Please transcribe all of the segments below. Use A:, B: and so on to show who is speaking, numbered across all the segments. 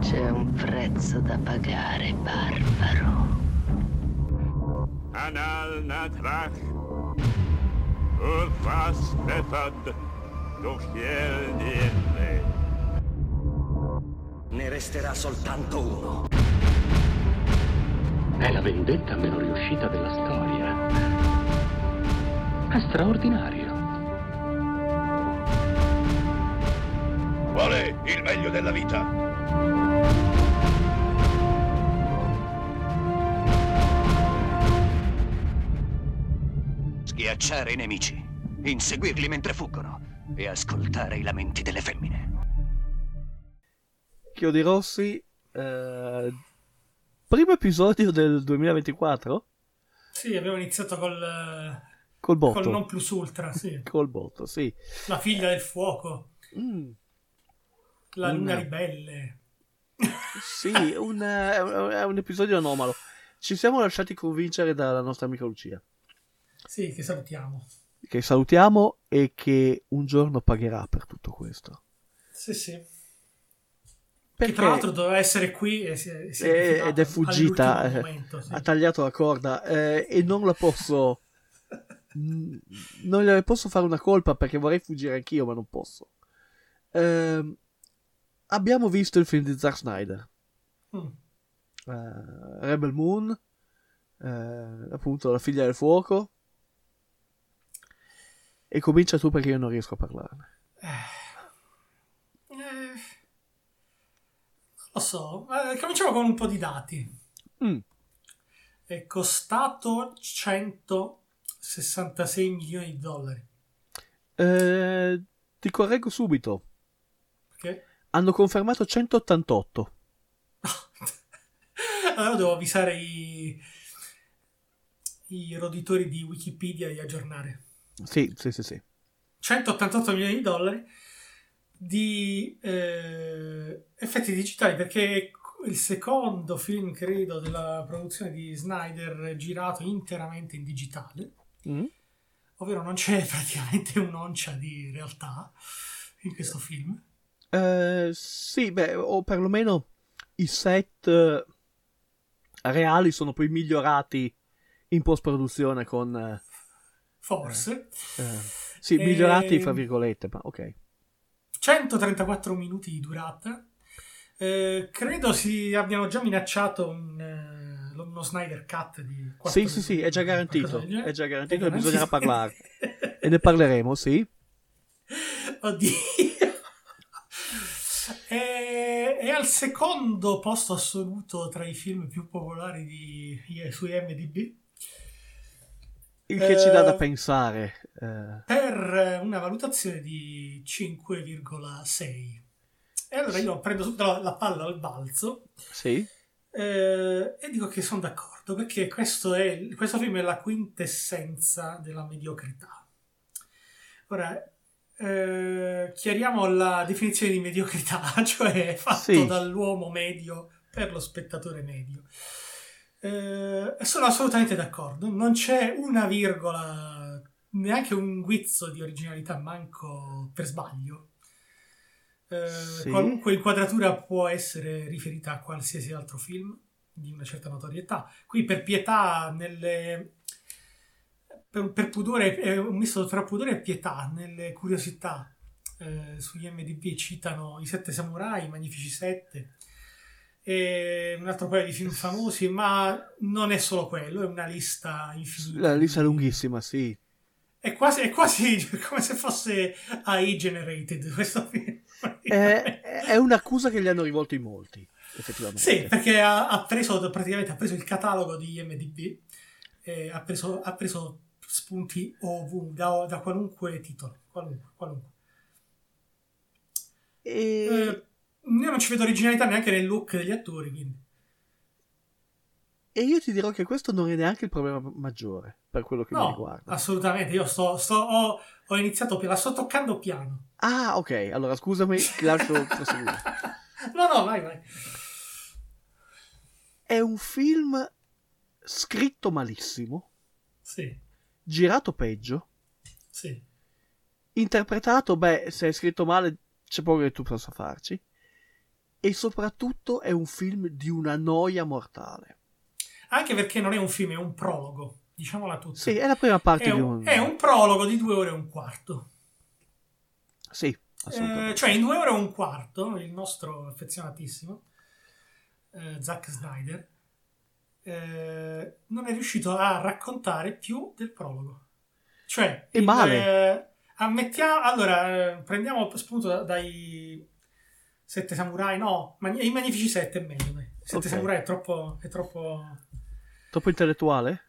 A: C'è un prezzo da pagare, Barbaro.
B: Anal Natrach, Urfas Befad, Dochiel Dirne.
C: Ne resterà soltanto uno.
D: È la vendetta meno riuscita della storia. È straordinario.
E: Qual è il meglio della vita?
C: Schiacciare i nemici, inseguirli mentre fuggono e ascoltare i lamenti delle femmine.
F: Chiodi Rossi, eh, primo episodio del 2024?
G: Sì, abbiamo iniziato col, eh,
F: Col botto.
G: col non plus ultra, sì.
F: Col botto, sì.
G: La figlia del fuoco,
F: Mm,
G: la luna
F: Mm.
G: ribelle.
F: sì, un, eh, è un- è un episodio anomalo. Ci siamo lasciati convincere dalla nostra amica Lucia,
G: Sì, che salutiamo.
F: che salutiamo e che un giorno pagherà per tutto questo.
G: Sì, sì.
F: Perché
G: Che tra l'altro doveva essere qui e si è, si è
F: eh,
G: rifiutata
F: ed è fuggita,
G: all'ultimo
F: eh,
G: momento, sì.
F: ha tagliato la corda eh, e non la posso... Mm, non le posso fare una colpa perché vorrei fuggire anch'io, ma non posso. Ehm, abbiamo visto il film di Zack Snyder.
G: Mm.
F: eh, Rebel Moon, eh, appunto la figlia del fuoco. E comincia tu perché io non riesco a parlarne.
G: Eh, non lo so, Eh, cominciamo con un po' di dati.
F: Mm,
G: È costato 166 milioni di dollari.
F: eh, ti correggo subito.
G: Perché?
F: Hanno confermato 188.
G: Allora devo avvisare i, i roditori di Wikipedia di aggiornare.
F: Sì, sì, sì, sì.
G: 188 milioni di dollari di eh, effetti digitali perché il secondo film credo della produzione di Snyder è girato interamente in digitale
F: Mm.
G: ovvero non c'è praticamente un'oncia di realtà in questo film
F: Eh, sì, beh, o perlomeno i set eh, reali sono poi migliorati in post-produzione con... eh,
G: forse
F: eh, sì,
G: Eh,
F: migliorati fra virgolette, ma ok.
G: 134 minuti di durata. Eh, credo si abbiano già minacciato un, eh, lo- uno Snyder Cut di quattro
F: Sì, sì, sì, è già
G: minuti,
F: garantito,
G: qualcosa del genere. Eh,
F: è già garantito
G: È
F: e bisognerà
G: garantito.
F: E ne parleremo, sì.
G: Oddio. È, Eh, è al secondo posto assoluto tra i film più popolari di, su IMDb
F: Il che ci dà da
G: Eh,
F: pensare. eh,
G: per eh, una valutazione di 5,6. E allora io prendo subito la- la palla al balzo
F: sì.
G: Eh, e dico che sono d'accordo perché questo, è, questo film è la quintessenza della mediocrità. Ora, eh, chiariamo la definizione di mediocrità, cioè fatto
F: Sì.
G: dall'uomo medio per lo spettatore medio. Eh, sono assolutamente d'accordo, non c'è una virgola, neanche un guizzo di originalità, manco per sbaglio. Eh,
F: Sì.
G: Qualunque inquadratura può essere riferita a qualsiasi altro film di una certa notorietà. Qui per pietà, nelle... per, per pudore, è un misto tra pudore e pietà, nelle curiosità eh, sugli MDB citano i Sette Samurai, i Magnifici Sette e un altro paio di film famosi, ma non è solo quello, è una lista infinita.
F: La lista è lunghissima, sì.
G: È quasi, è quasi come se fosse AI generated questo
F: Eh,
G: film.
F: È, è un'accusa che gli hanno rivolto in molti, effettivamente.
G: Sì, perché ha, ha preso praticamente ha preso il catalogo di IMDb e ha preso, ha preso spunti ovunque, da, da qualunque titolo, qualunque, qualunque.
F: E,
G: Eh, io non ci vedo originalità neanche nel look degli attori, quindi.
F: e io ti dirò che questo non è neanche il problema maggiore, per quello che mi
G: No,
F: riguarda.
G: assolutamente, io sto, sto- ho, ho iniziato, pi- la sto toccando piano.
F: Ah, ok, allora scusami, ti lascio proseguire.
G: No, no, vai, vai.
F: È un film scritto malissimo,
G: Sì,
F: girato peggio,
G: sì.
F: interpretato, beh, se è scritto male c'è poco che tu possa farci. e soprattutto è un film di una noia mortale.
G: Anche perché non è un film, è un prologo, diciamola tutta.
F: Sì, è la prima parte
G: è,
F: di
G: un, è un prologo di due ore e un quarto.
F: Sì, assolutamente.
G: Eh, cioè, in due ore e un quarto, il nostro affezionatissimo eh, Zack Snyder eh, non è riuscito a raccontare più del prologo. Cioè,
F: E
G: il-
F: male.
G: eh, ammettiamo, allora, eh, prendiamo spunto da- dai Sette Samurai, no, ma i Magnifici Sette è meglio. dai. Sette
F: Ok.
G: Samurai è troppo... È troppo...
F: Troppo intellettuale?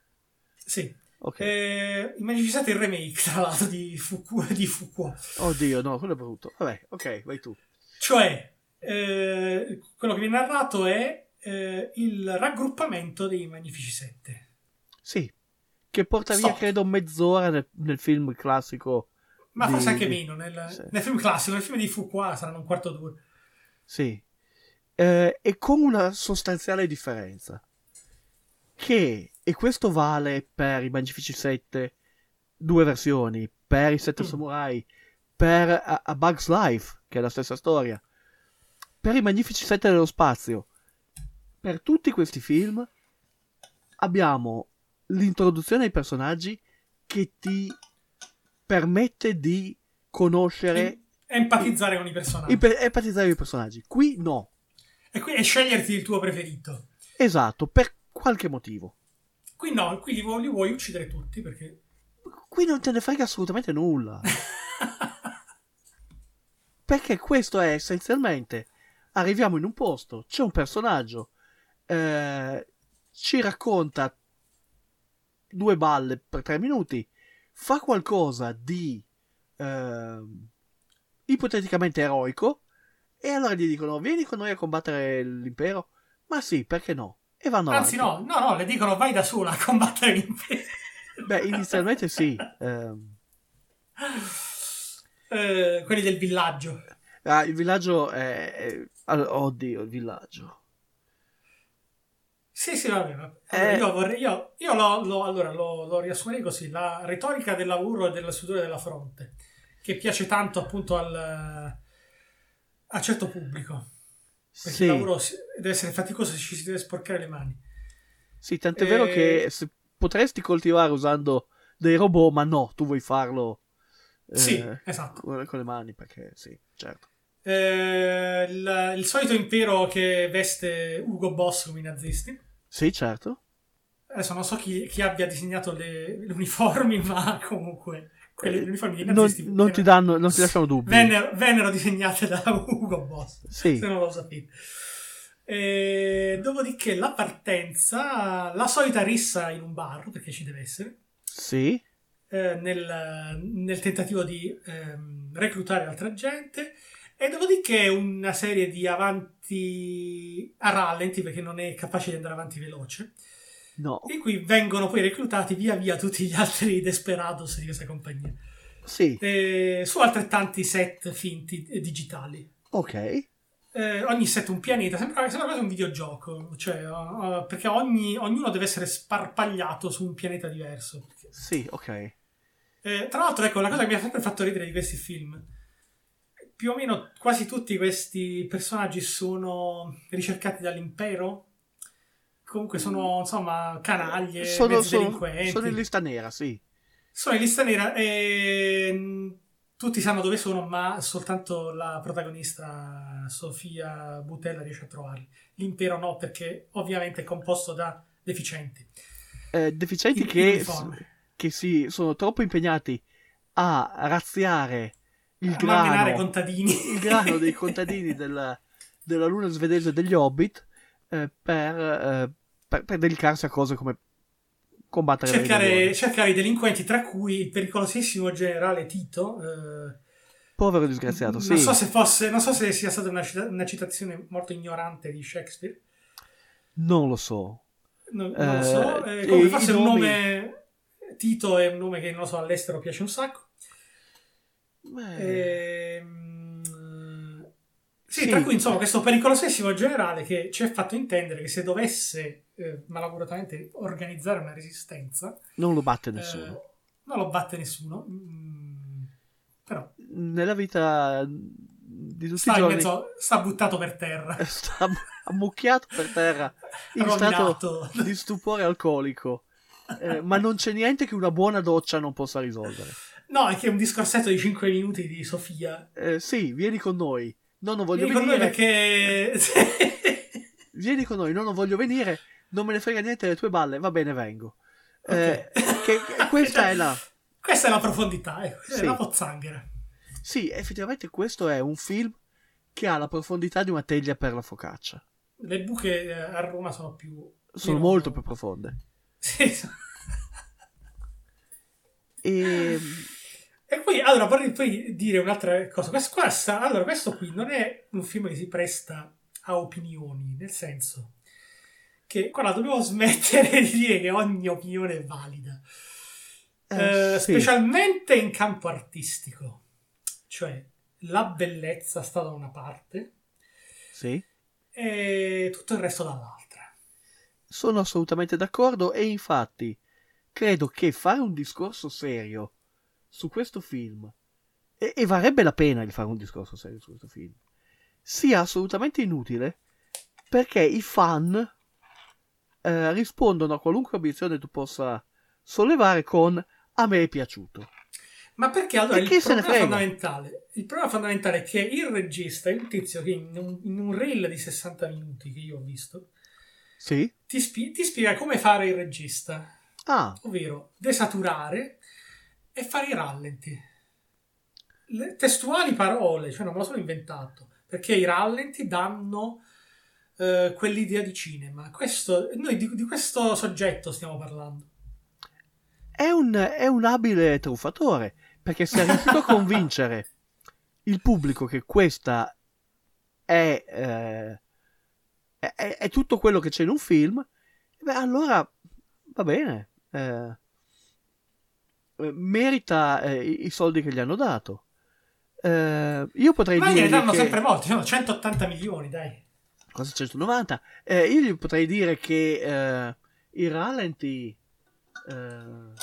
G: Sì,
F: Ok.
G: Eh, I Magnifici Sette è il remake, tra l'altro, di Fuku di Fuqua.
F: Oddio, no, quello è brutto. Vabbè, ok, vai tu.
G: Cioè, eh, quello che viene narrato è eh, il raggruppamento dei Magnifici Sette.
F: Sì. Che porta via,
G: Stop.
F: credo, mezz'ora nel, nel film classico.
G: Ma
F: di-
G: forse anche meno, nel,
F: Sì.
G: nel film classico, nel film di Fuqua saranno un quarto d'ora.
F: Sì. Eh, e con una sostanziale differenza. Che, e questo vale per i Magnifici 7, due versioni, per i 7
G: Mm.
F: Samurai, per A, A Bug's Life, che è la stessa storia, per i Magnifici 7 dello spazio. Per tutti questi film abbiamo l'introduzione ai personaggi che ti permette di conoscere
G: E empatizzare con i personaggi.
F: e per- empatizzare con i personaggi. Qui no.
G: e, qui- e sceglierti il tuo preferito.
F: Esatto, per qualche motivo.
G: Qui no, qui li, vu- li vuoi uccidere tutti perché...
F: Qui non te ne frega assolutamente nulla. Perché questo è essenzialmente. Arriviamo in un posto, c'è un personaggio, eh, ci racconta due balle per tre minuti, fa qualcosa di ehm, ipoteticamente eroico, e allora gli dicono: Vieni con noi a combattere l'impero? Ma sì, perché no? ecco. E vanno avanti.
G: Anzi no, no, no, le dicono vai da sola a combattere l'impero.
F: Beh, inizialmente sì. ehm,
G: Eh, quelli del villaggio.
F: ah, il villaggio è... è- all- Oddio, il villaggio.
G: Sì, sì, va bene. Allora,
F: Eh.
G: Io, vorrei, io, io lo, lo- allora, lo- lo riassumerei così: la retorica del lavoro e del sudore della fronte, che piace tanto appunto al, a certo pubblico. Perché
F: Sì,
G: il lavoro si- deve essere faticoso, ci si deve sporcare le mani.
F: sì, tant'è vero
G: eh,
F: che se- potresti coltivare usando dei robot, ma no, tu vuoi farlo... eh,
G: Sì, esatto.
F: Con, con le mani, perché sì, certo.
G: Eh, il, il solito impero che veste Ugo Boss come i nazisti.
F: Sì, certo.
G: Adesso non so chi, chi abbia disegnato le, le uniformi, ma comunque quelle,
F: Eh,
G: le uniformi dei
F: non,
G: nazisti eh.
F: non ti
G: erano-
F: danno, non ti lasciano dubbi.
G: Vennero, vennero disegnate da Ugo Boss,
F: Sì.
G: se non lo sapete. E dopodiché la partenza, la solita rissa in un bar, perché ci deve essere,
F: Sì,
G: eh, nel, nel tentativo di ehm, reclutare altra gente, e dopodiché una serie di avanti a rallenti, perché non è capace di andare avanti veloce,
F: no.
G: in cui vengono poi reclutati via via tutti gli altri desperados di questa compagnia,
F: Sì,
G: Eh, su altrettanti set finti eh, digitali.
F: ok.
G: Eh, ogni set un pianeta, sembra, sembra quasi un videogioco, cioè, uh, uh, perché ogni- ognuno deve essere sparpagliato su un pianeta diverso.
F: Sì, ok.
G: Eh, tra l'altro, ecco, la cosa che mi ha sempre fatto ridere di questi film, più o meno quasi tutti questi personaggi sono ricercati dall'impero, comunque sono, insomma, canaglie,
F: sono,
G: mezzi
F: sono,
G: delinquenti,
F: sono in lista nera, sì.
G: sono in lista nera e mm, tutti sanno dove sono, ma soltanto la protagonista Sofia Butella riesce a trovarli. L'impero no, perché ovviamente è composto da deficienti.
F: Eh, deficienti
G: in- in
F: che...
G: uniforme.
F: che si sono troppo impegnati a razziare il
G: A malmenare
F: grano,
G: contadini.
F: il grano dei contadini della, della luna svedese degli hobbit eh, per, eh, per- per dedicarsi a cose come combattere le
G: Cercare,
F: ribellioni.
G: cercare i delinquenti, tra cui il pericolosissimo generale Tito. eh,
F: povero disgraziato sì.
G: Mm, Non so se fosse, non so se sia stata una, cita- una citazione molto ignorante di Shakespeare.
F: non lo so
G: Non, non lo so. eh,
F: Eh,
G: comunque
F: i-
G: forse
F: i
G: un
F: nomi-
G: nome. Tito è un nome che non lo so, all'estero piace un sacco. Eh,
F: Beh,
G: Ehm, sì,
F: Eh. Sì.
G: tra cui insomma questo pericolosissimo generale che ci ha fatto intendere che se dovesse eh, malauguratamente organizzare una resistenza,
F: non lo batte
G: eh,
F: nessuno
G: non lo batte nessuno. Mm, però
F: nella vita di tutti
G: sta,
F: i
G: in
F: giorni
G: mezzo- sta buttato per terra.
F: sta am- ammucchiato per terra in
G: Rovinato.
F: stato di stupore alcolico. Eh, ma non c'è niente che una buona doccia non possa risolvere.
G: No, è che è un discorsetto di 5 minuti di Sofia.
F: Eh, sì, vieni con noi. No, non voglio
G: Vieni con noi
F: venire.
G: perché...
F: Vieni con noi. No, non voglio venire. Non me ne frega niente delle tue balle. Va bene, vengo. Eh, che- che-
G: Esatto.
F: questa è la.
G: Cioè, Questa è la profondità, ecco, questa
F: Sì.
G: è la pozzanghera.
F: Sì, effettivamente, questo è un film che ha la profondità di una teglia per la focaccia.
G: Le buche eh, a Roma sono più...
F: Sono
G: meno-
F: molto più profonde.
G: Sì, so-
F: E.
G: E poi, allora, vorrei poi dire un'altra cosa. Questo, qua sta- allora, questo qui non è un film che si presta a opinioni, nel senso che, guarda, dobbiamo smettere di dire che ogni opinione è valida.
F: eh,
G: Eh,
F: sì.
G: Specialmente in campo artistico. Cioè, la bellezza sta da una parte
F: sì.
G: e tutto il resto dall'altra.
F: Sono assolutamente d'accordo e infatti credo che fare un discorso serio su questo film e, e varrebbe la pena di fare un discorso serio su questo film sia assolutamente inutile perché i fan eh, rispondono a qualunque obiezione tu possa sollevare con a me è piaciuto.
G: Ma perché allora
F: E
G: il
F: chi se ne
G: problema,
F: frega?
G: fondamentale, il problema fondamentale è che il regista, il tizio che in un, in un reel di 60 minuti che io ho visto,
F: Sì?
G: ti, spi- ti spiega come fare il regista,
F: Ah,
G: ovvero desaturare e fare i rallenti. Le testuali parole, cioè non me lo sono inventato, perché i rallenti danno eh, quell'idea di cinema. Questo, noi di, di questo soggetto stiamo parlando.
F: è un, è un abile truffatore perché si è riuscito a convincere il pubblico che questa è, eh, è- è- è tutto quello che c'è in un film, beh, allora va bene, eh, eh, merita eh, i i soldi che gli hanno dato. Eh, io potrei
G: Ma
F: dire
G: gliene danno
F: che...
G: sempre molti, sono 180 milioni, dai.
F: Cosa 190? Eh, io gli potrei dire che eh, i rallenti. eh, non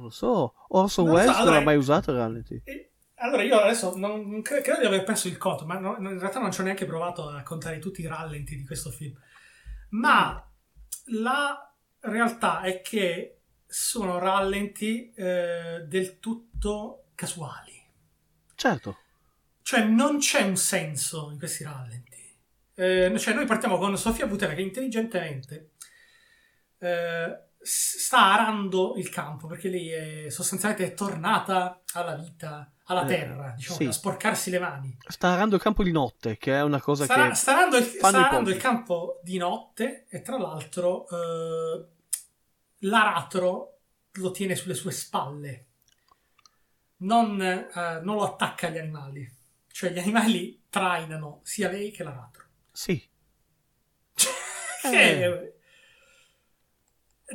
F: lo so. Orson
G: Non lo
F: Welles
G: so,
F: non
G: allora-
F: ha mai usato il rallenti.
G: E- Allora, io adesso non, non cre- credo di aver perso il conto, ma no- no- in realtà non ci ho neanche provato a contare tutti i rallenti di questo film. Ma Mm. la realtà è che sono rallenti eh, del tutto casuali.
F: Certo.
G: Cioè, non c'è un senso in questi rallenti. Eh, cioè, noi partiamo con Sofia Butera che intelligentemente eh, s- sta arando il campo perché lei è sostanzialmente è tornata alla vita, alla
F: Eh,
G: terra, diciamo,
F: sì.
G: a sporcarsi le mani.
F: Sta arando il campo di notte, che è una cosa
G: Sta,
F: che.
G: sta arando, il, sta
F: fanno i
G: arando
F: pochi.
G: il campo di notte e tra l'altro eh, l'aratro lo tiene sulle sue spalle, non, eh, non lo attacca agli animali. Cioè gli animali trainano sia lei che l'aratro. Cioè,
F: Sì.
G: Che-
F: Eh.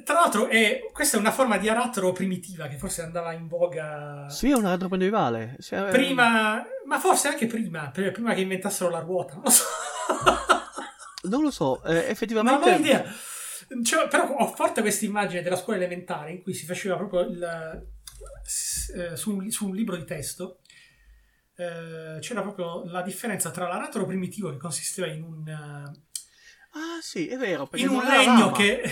G: Tra l'altro, è- questa è una forma di aratro primitiva che forse andava in voga
F: Sì, eh. è un altro medievale. Sì, è-
G: prima, ma forse anche prima, pre- prima che inventassero la ruota. Non lo so.
F: Non lo so, eh,
G: non
F: effettivamente.
G: ho idea. Cioè, però ho forte questa immagine della scuola elementare in cui si faceva proprio il, eh, s- eh, su, un, su un libro di testo. eh, c'era proprio la differenza tra l'aratro primitivo che consisteva in un, eh,
F: Ah, sì, è vero. perché
G: in un
F: non ha la
G: legno
F: lama.
G: che,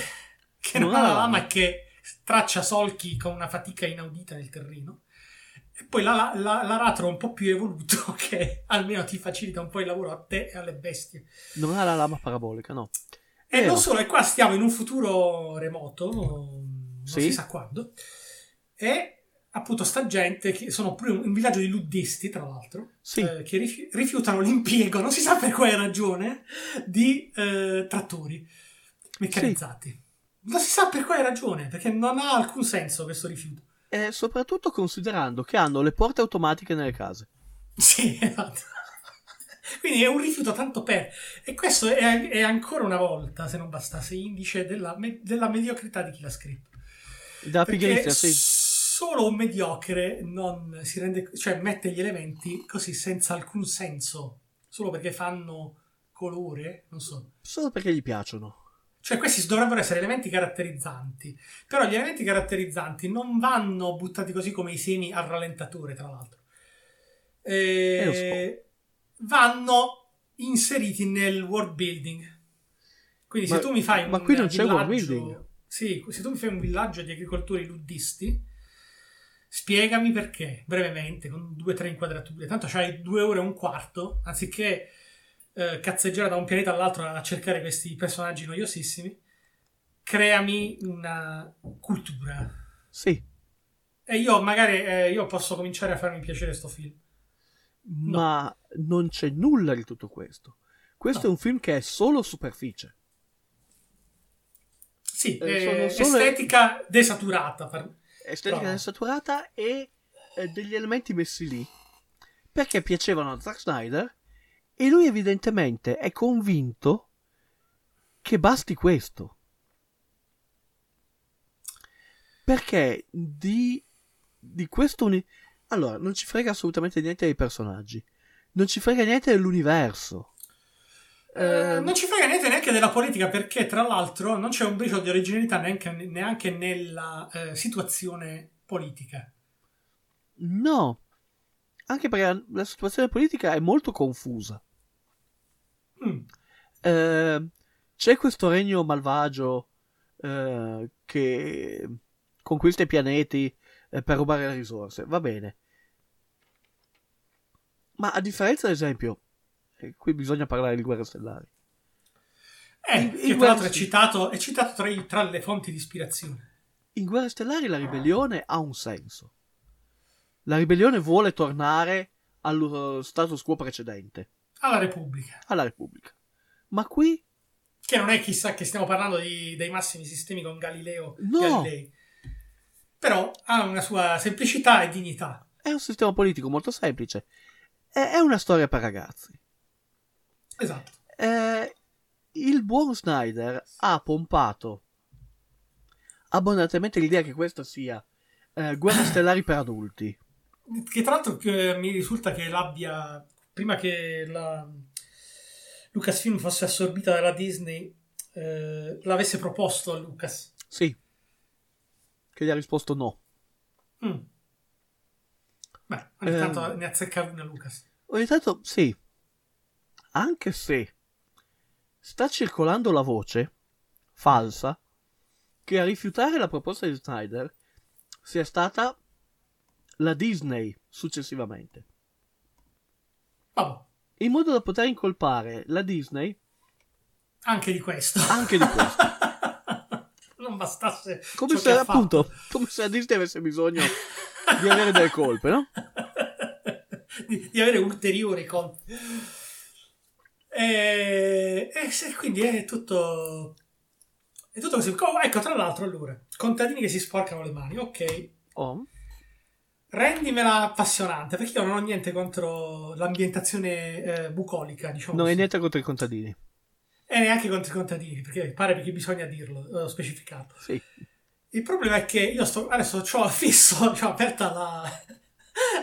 G: che
F: Non ha
G: non ha la
F: la
G: lama
F: lama.
G: e che traccia solchi con una fatica inaudita nel terreno. E poi la- la- l'aratro un po' più evoluto che almeno ti facilita un po' il lavoro a te e alle bestie.
F: Non ha la lama parabolica, no.
G: E
F: Vero.
G: non solo, e qua stiamo in un futuro remoto, non
F: Sì.
G: si sa quando, e appunto sta gente, che sono pure un, un villaggio di luddisti tra l'altro,
F: Sì.
G: eh, che rifi- rifiutano l'impiego, non si sa per quale ragione, di eh, trattori meccanizzati. Non si sa per quale ragione, perché non ha alcun senso questo rifiuto.
F: E Eh, soprattutto considerando che hanno le porte automatiche nelle case.
G: Sì, esatto. Quindi è un rifiuto tanto per... E questo è, è ancora una volta, se non bastasse, indice della, me- della mediocrità di chi l'ha scritto.
F: Da
G: Perché
F: pigrizia, Ah, sì.
G: Solo un mediocre non si rende, cioè mette gli elementi così senza alcun senso, solo perché fanno colore, non so.
F: Solo perché gli piacciono.
G: Cioè questi dovrebbero essere elementi caratterizzanti, però gli elementi caratterizzanti non vanno buttati così come i semi al rallentatore, tra l'altro. eh, vanno inseriti nel world building. Quindi
F: Ma-
G: se tu mi fai
F: ma
G: un
F: qui non c'è world
G: villaggio-
F: building.
G: Sì, se tu mi fai un villaggio di agricoltori luddisti, spiegami perché, brevemente, con due o tre inquadrature. Tanto c'hai due ore e un quarto, anziché eh, cazzeggiare da un pianeta all'altro a cercare questi personaggi noiosissimi, creami una cultura.
F: Sì,
G: E io magari eh, io posso cominciare a farmi piacere sto film.
F: ma non c'è nulla di tutto questo. Questo
G: No.
F: è un film che è solo superficie.
G: Sì,
F: Eh,
G: eh,
F: sono solo-
G: estetica desaturata. per-
F: estetica
G: Bravo.
F: saturata e eh, degli elementi messi lì perché piacevano a Zack Snyder e lui evidentemente è convinto che basti questo perché di, di questo uni- allora non ci frega assolutamente niente dei personaggi non ci frega niente dell'universo
G: Eh, non ci frega niente neanche della politica perché, tra l'altro, non c'è un briciolo di originalità neanche, neanche nella eh, situazione politica.
F: no anche perché la situazione politica è molto confusa
G: Mm.
F: Eh, c'è questo regno malvagio eh, che conquista i pianeti eh, per rubare le risorse. Va bene. Ma a differenza, ad esempio, e qui bisogna parlare di guerre stellari.
G: Eh,
F: Il-
G: che
F: il
G: tra l'altro è
F: Wellesley.
G: citato, è citato tra, i- tra le fonti di ispirazione.
F: In guerre stellari la ribellione ha un senso. La ribellione vuole tornare allo status quo precedente,
G: Alla Repubblica,
F: alla Repubblica. Ma qui
G: che non è chissà che stiamo parlando di- dei massimi sistemi con Galileo
F: No.
G: Galilei, però ha una sua semplicità e dignità.
F: è un sistema politico molto semplice. È- è una storia per ragazzi.
G: Esatto.
F: Eh, il buon Snyder ha pompato abbondantemente l'idea che questa sia eh, Guerre Stellari per adulti.
G: Che tra l'altro eh, mi risulta che l'abbia. Prima che la Lucasfilm fosse assorbita dalla Disney, eh, l'avesse proposto a Lucas.
F: Sì. Che gli ha risposto no.
G: Mm. Beh, ogni
F: Eh.
G: tanto ne azzecca una Lucas.
F: Ogni tanto sì. Anche se sta circolando la voce falsa che a rifiutare la proposta di Snyder sia stata la Disney successivamente.
G: Vabbè,
F: In modo da poter incolpare la Disney
G: anche di questo.
F: anche di questo.
G: non bastasse.
F: come
G: ciò
F: se,
G: che ha fatto.
F: appunto, come se la Disney avesse bisogno di avere delle colpe, no?
G: di, di avere ulteriori colpi. E, e se- Eh, quindi è tutto. È tutto così. Co- Ecco, tra l'altro, allora, contadini che si sporcano le mani, ok.
F: Oh,
G: Rendimela appassionante, perché io non ho niente contro l'ambientazione eh, bucolica, diciamo.
F: non è
G: così.
F: niente contro i contadini.
G: E neanche contro i contadini, perché pare perché bisogna dirlo, eh, specificarlo.
F: Sì.
G: Il problema è che io sto, adesso ho fisso, ho aperta la,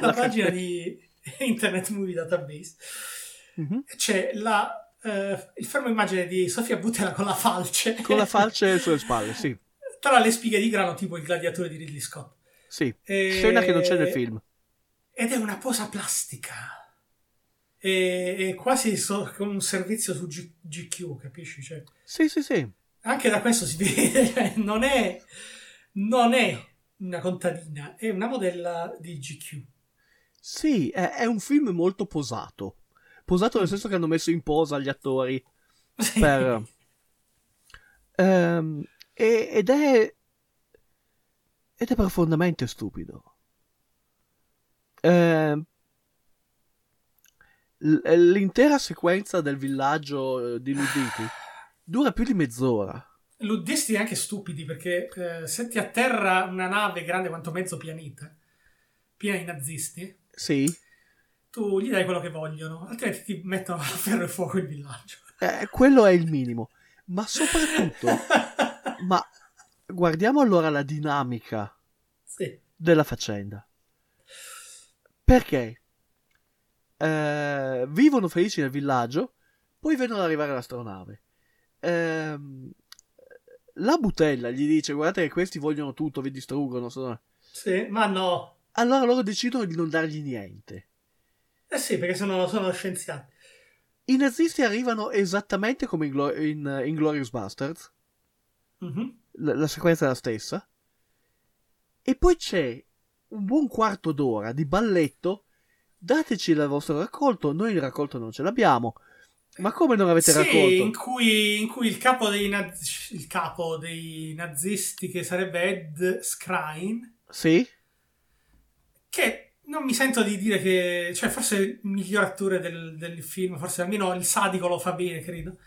G: la
F: La
G: pagina
F: cassetta.
G: di Internet Movie Database.
F: Mhm.
G: C'è la, eh, il fermo immagine di Sofia Butera con la falce.
F: Con la falce sulle spalle, sì.
G: Tra le spighe di grano, tipo il gladiatore di Ridley Scott.
F: Sì.
G: E-
F: Scena che non c'è nel film.
G: Ed è una posa plastica. E, e quasi so- come un servizio su G- GQ, capisci? Cioè,
F: Sì, sì, sì.
G: anche da questo si vede, cioè, non è, non è una contadina, è una modella di GQ.
F: Sì, è, è un film molto posato. Posato nel senso che hanno messo in posa gli attori per... Ehm, e- ed è... Ed è profondamente stupido. Ehm, l- l'intera sequenza del villaggio eh, di Luditi dura più di mezz'ora.
G: Luddisti anche stupidi perché eh, se ti atterra una nave grande quanto mezzo pianeta, piena di nazisti,
F: Sì.
G: tu gli dai quello che vogliono, altrimenti ti mettono a ferro e fuoco il villaggio.
F: Eh, quello è il minimo. Ma soprattutto... ma guardiamo allora la dinamica
G: sì.
F: della faccenda. Perché? Eh, vivono felici nel villaggio, poi vedono arrivare l'astronave. Ehm, la butella gli dice: Guardate che questi vogliono tutto, vi distruggono. sono-".
G: sì, ma no.
F: Allora loro decidono di non dargli niente.
G: Eh sì, perché sono, sono scienziati.
F: I nazisti arrivano esattamente come in, Glo- in, eh, Inglourious Basterds.
G: Mhm.
F: la, la sequenza è la stessa. E poi c'è un buon quarto d'ora di balletto. Dateci il vostro raccolto. Noi il raccolto non ce l'abbiamo. Ma come non avete
G: Sì, in
F: raccolto?
G: cui, in cui il, capo dei naz- il capo dei nazisti, che sarebbe Ed Skrein,
F: Sì?
G: che non mi sento di dire che... Cioè, forse il miglior attore del, del film, forse almeno il sadico lo fa bene, credo.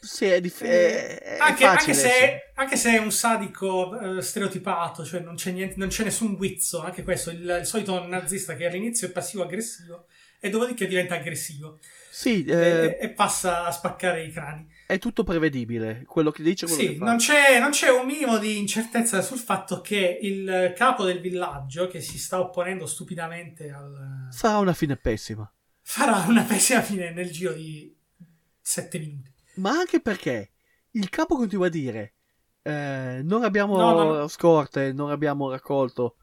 F: Sì, è, dif- è- Eh, è
G: Eh, anche, anche
F: facile. sì.
G: se, anche se è un sadico eh, stereotipato, cioè non c'è, niente, non c'è nessun guizzo, anche questo, il, il solito nazista che all'inizio è passivo-aggressivo e dopodiché diventa aggressivo
F: Sì,
G: e,
F: eh,
G: e passa a spaccare i crani.
F: è tutto prevedibile. Quello che dice, quello che
G: Sì,
F: fa.
G: non c'è, non c'è un minimo di incertezza sul fatto che il capo del villaggio, che si sta opponendo stupidamente al...
F: Farà una fine pessima.
G: farà una pessima fine nel giro di sette minuti.
F: Ma anche perché il capo continua a dire: eh, Non abbiamo
G: No, no, no.
F: scorte, non abbiamo raccolto.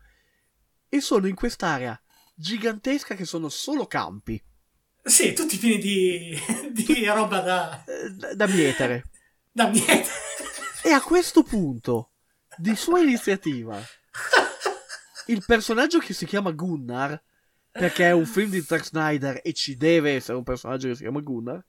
F: E sono in quest'area gigantesca che sono solo campi
G: Sì, tutti pieni di, di roba da...
F: eh, da, da mietere.
G: da miete.
F: E a questo punto, di sua iniziativa, il personaggio che si chiama Gunnar, perché è un film di Zack Snyder e ci deve essere un personaggio che si chiama Gunnar.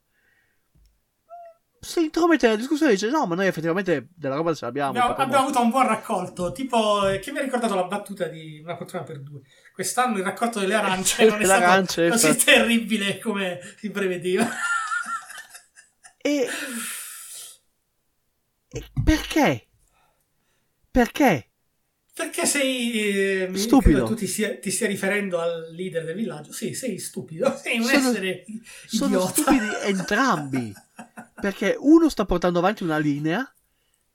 F: Si intromette nella discussione e dice: No, ma noi effettivamente della roba ce l'abbiamo.
G: Abbiamo,
F: potremmo-
G: abbiamo avuto un buon raccolto, tipo eh, che mi ha ricordato la battuta di una fortuna per due. Quest'anno il raccolto delle arance non è
F: Delle arance,
G: stato così
F: esatto.
G: terribile come si prevedeva.
F: E... e perché? Perché?
G: Perché sei eh, mi-
F: Stupido.
G: credo tu ti stia, ti stia riferendo al leader del villaggio? Sì, sei stupido, sei un
F: Sono-
G: essere i-
F: Sono
G: idiota.
F: stupidi entrambi. Perché uno sta portando avanti una linea,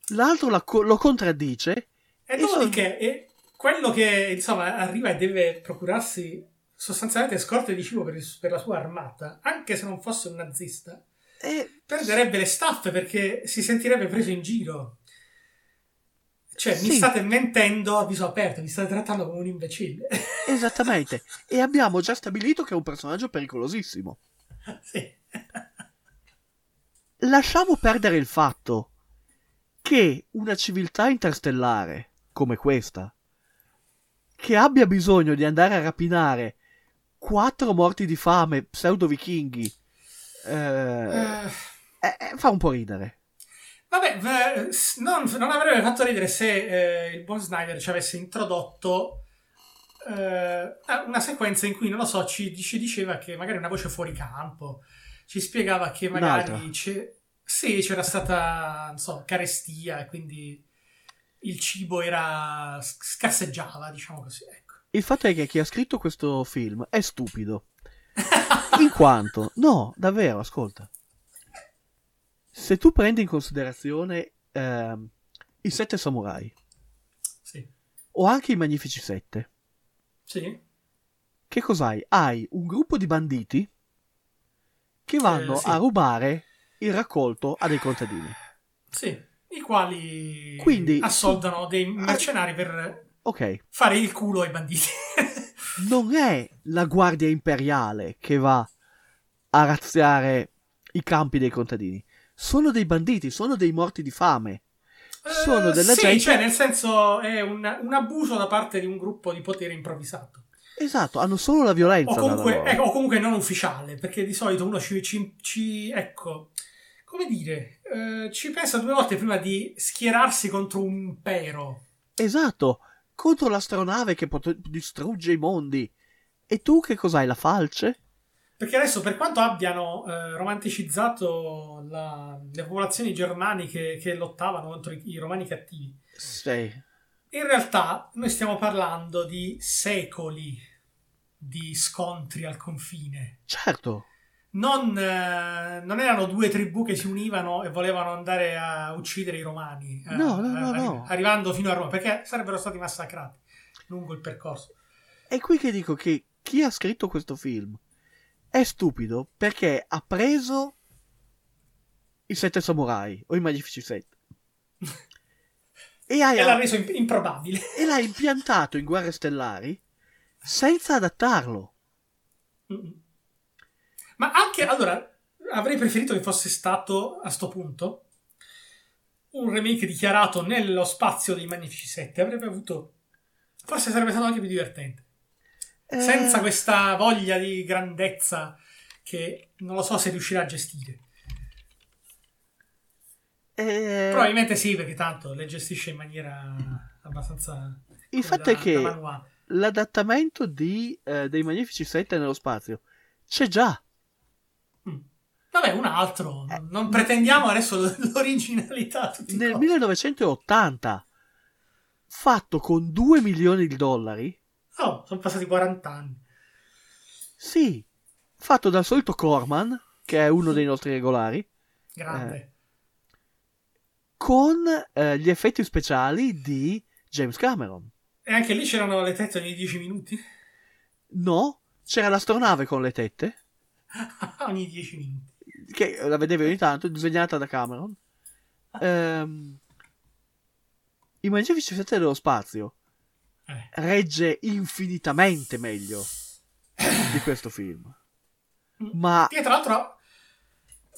F: l'altro la co- lo contraddice.
G: E
F: E
G: dopodiché eh, quello che insomma arriva e deve procurarsi sostanzialmente scorte di cibo per, il- per la sua armata, anche se non fosse un nazista,
F: E
G: perderebbe le staffe perché si sentirebbe preso in giro. Cioè, mi
F: Sì.
G: state mentendo a viso aperto, mi state trattando come un imbecille.
F: esattamente. E abbiamo già stabilito che è un personaggio pericolosissimo.
G: sì.
F: Lasciamo perdere il fatto che una civiltà interstellare come questa, che abbia bisogno di andare a rapinare quattro morti di fame pseudo-vichinghi, eh,
G: Eh,
F: eh, eh, fa un po' ridere.
G: vabbè, v- s- non, non avrebbe fatto ridere se eh, il buon Snyder ci avesse introdotto eh, una sequenza in cui, non lo so, ci, ci diceva che magari una voce fuori campo, ci spiegava che magari
F: Un'altra.
G: c'è- sì, c'era stata, non so, carestia e quindi il cibo era sc- scarseggiava, diciamo così, ecco.
F: Il fatto è che chi ha scritto questo film è stupido. In quanto, no, davvero, ascolta. Se tu prendi in considerazione ehm, i Sette Samurai
G: Sì.
F: o anche i Magnifici Sette,
G: Sì.
F: che cos'hai? Hai un gruppo di banditi che vanno
G: Eh, sì.
F: a rubare il raccolto a dei contadini.
G: Sì. I quali
F: Quindi-
G: assoldano dei mercenari per
F: Ok,
G: fare il culo ai banditi.
F: non è la guardia imperiale che va a razziare i campi dei contadini. Sono dei banditi, sono dei morti di fame. Sono
G: Eh,
F: della
G: sì,
F: gente-
G: cioè nel senso è un, un abuso da parte di un gruppo di potere improvvisato.
F: Esatto, hanno solo la
G: O
F: violenza. dalla
G: comunque,
F: loro.
G: eh, o comunque non ufficiale, perché di solito uno ci... ci- ci- ecco, come dire, eh, ci pensa due volte prima di schierarsi contro un impero.
F: Esatto, contro l'astronave che pot- distrugge i mondi. E tu che cos'hai, la falce?
G: Perché adesso, per quanto abbiano eh, romanticizzato la- le popolazioni germaniche che lottavano contro i, i romani cattivi,
F: Sì.
G: in realtà noi stiamo parlando di secoli di scontri al confine.
F: Certo,
G: Non, eh, non erano due tribù che si univano e volevano andare a uccidere i romani, eh,
F: No, no, no, no.
G: arrivando fino a Roma, perché sarebbero stati massacrati lungo il percorso.
F: è qui che dico che chi ha scritto questo film è stupido perché ha preso i sette samurai o i magnifici sette. E, hai-
G: E l'ha reso imp- improbabile.
F: e l'ha impiantato in Guerre Stellari senza adattarlo.
G: Mm-mm. Ma anche, allora, avrei preferito che fosse stato a sto punto un remake dichiarato nello spazio dei Magnifici 7. Avrebbe avuto. Forse sarebbe stato anche più divertente.
F: Eh,
G: Senza questa voglia di grandezza che non lo so se riuscirà a gestire.
F: eh,
G: Probabilmente sì, perché tanto le gestisce in maniera abbastanza.
F: il
G: come
F: fatto
G: da-
F: è che
G: da manuale.
F: l'adattamento di, eh, dei Magnifici 7 nello spazio c'è già.
G: Vabbè, un altro. Non pretendiamo adesso l- l'originalità. a Tutti i
F: Eh, nel
G: costi.
F: 1980 fatto con 2 milioni di dollari
G: Oh, sono passati 40 anni.
F: sì fatto dal solito Corman che è uno dei nostri regolari
G: Grande.
F: con eh, gli effetti speciali di James Cameron
G: E anche lì c'erano le tette ogni 10 minuti?
F: no c'era l'astronave con le tette
G: ogni 10 minuti.
F: che la vedevi ogni tanto disegnata da Cameron ehm, i Magnifici 7 dello spazio
G: Eh.
F: regge infinitamente meglio di questo film ma
G: Che tra l'altro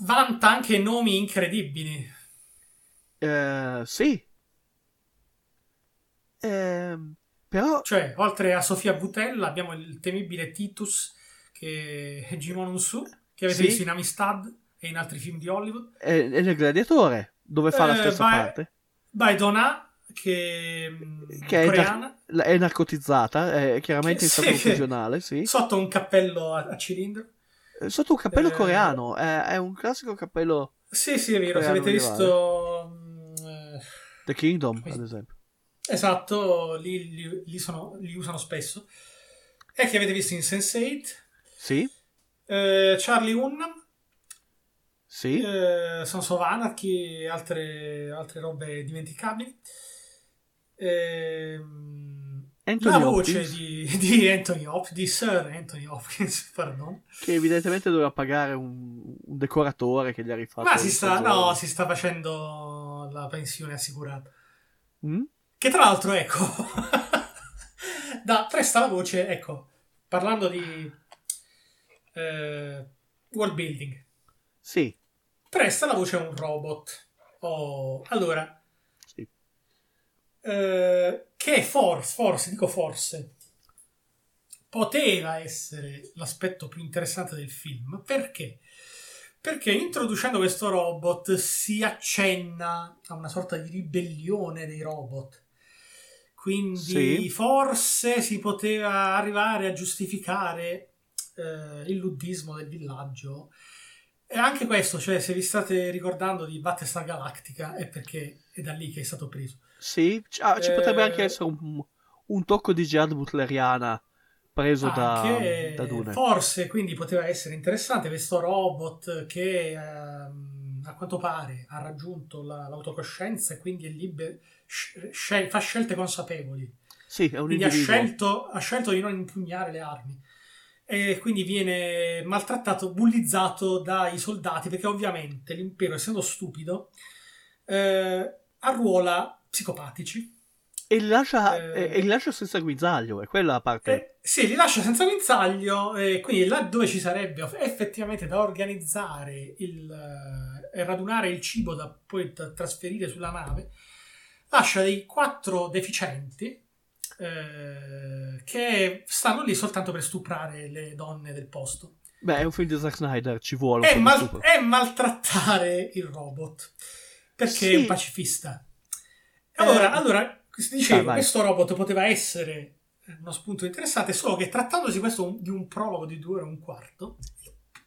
G: vanta anche nomi incredibili.
F: Eh, sì. Ehm, però
G: Cioè, oltre a Sofia Butella abbiamo il temibile Titus, che è Jimon Unsu, che avete
F: Sì.
G: visto in Amistad e in altri film di Hollywood.
F: è, è nel Gladiatore, dove fa la
G: Eh,
F: stessa
G: ma è-
F: parte.
G: By Dona, che, mm,
F: Che è,
G: coreana,
F: nar- la- è narcotizzata, è chiaramente in
G: Sì,
F: stato
G: che-
F: confusionale, sì.
G: sotto un cappello a, a cilindro.
F: Eh, Sotto un cappello
G: eh,
F: coreano, è, è un classico cappello
G: Sì, sì, è vero, se
F: Coreano
G: avete
F: medievale.
G: visto... mm, eh,
F: The Kingdom,
G: Questo-
F: ad esempio.
G: Esatto, li, li- li sono- li usano spesso. E che avete visto in Sense8,
F: Sì,
G: eh, Charlie Hunnam,
F: sì.
G: eh, Sons of Anarchy e altre, altre robe dimenticabili. Ehm,
F: Anthony
G: la voce
F: Hopkins,
G: di, di Anthony Hopkins, di Sir Anthony Hopkins, pardon.
F: che evidentemente doveva pagare un, un decoratore che gli ha rifatto.
G: Ma si
F: il
G: sta,
F: seggiolone.
G: no, si sta facendo la pensione assicurata.
F: Mm?
G: Che tra l'altro, ecco, da presta la voce, ecco, parlando di eh, world building,
F: Sì,
G: presta la voce a un robot. Oh, allora,
F: sì.
G: eh, che forse, forse, dico forse, poteva essere l'aspetto più interessante del film, perché? Perché introducendo questo robot si accenna a una sorta di ribellione dei robot. Quindi
F: Sì.
G: forse si poteva arrivare a giustificare eh, il luddismo del villaggio. E anche questo, cioè, se vi state ricordando di Battlestar Galactica, è perché è da lì che è stato preso.
F: Sì, ci, ah, ci potrebbe
G: Eh,
F: anche essere un, un tocco di jihad butleriana preso da,
G: Anche,
F: da Dune.
G: Forse quindi poteva essere interessante questo robot che ehm, a quanto pare ha raggiunto la- l'autocoscienza e quindi è libero, sc- scel- fa scelte consapevoli.
F: Sì, è un
G: Quindi ha
F: individuo.
G: scelto, ha scelto di non impugnare le armi. E quindi viene maltrattato, bullizzato dai soldati perché ovviamente l'impero, essendo stupido, eh, arruola psicopatici.
F: E li lascia,
G: Eh.
F: e- e li lascia senza guinzaglio, è quella la parte.
G: Eh, sì, li lascia senza guinzaglio e quindi laddove ci sarebbe effettivamente da organizzare il, eh, e radunare il cibo da poi da trasferire sulla nave, lascia dei quattro deficienti eh, che stanno lì soltanto per stuprare le donne del posto
F: Beh, è un film di Zack Snyder, ci vuole.
G: e,
F: Un
G: mal-
F: mal... super.
G: e maltrattare il robot perché è un
F: Sì.
G: pacifista. Allora,
F: Eh.
G: allora si dicevo,
F: Vai, vai.
G: questo robot poteva essere uno spunto interessante, solo che trattandosi questo di un prologo di due ore e un quarto,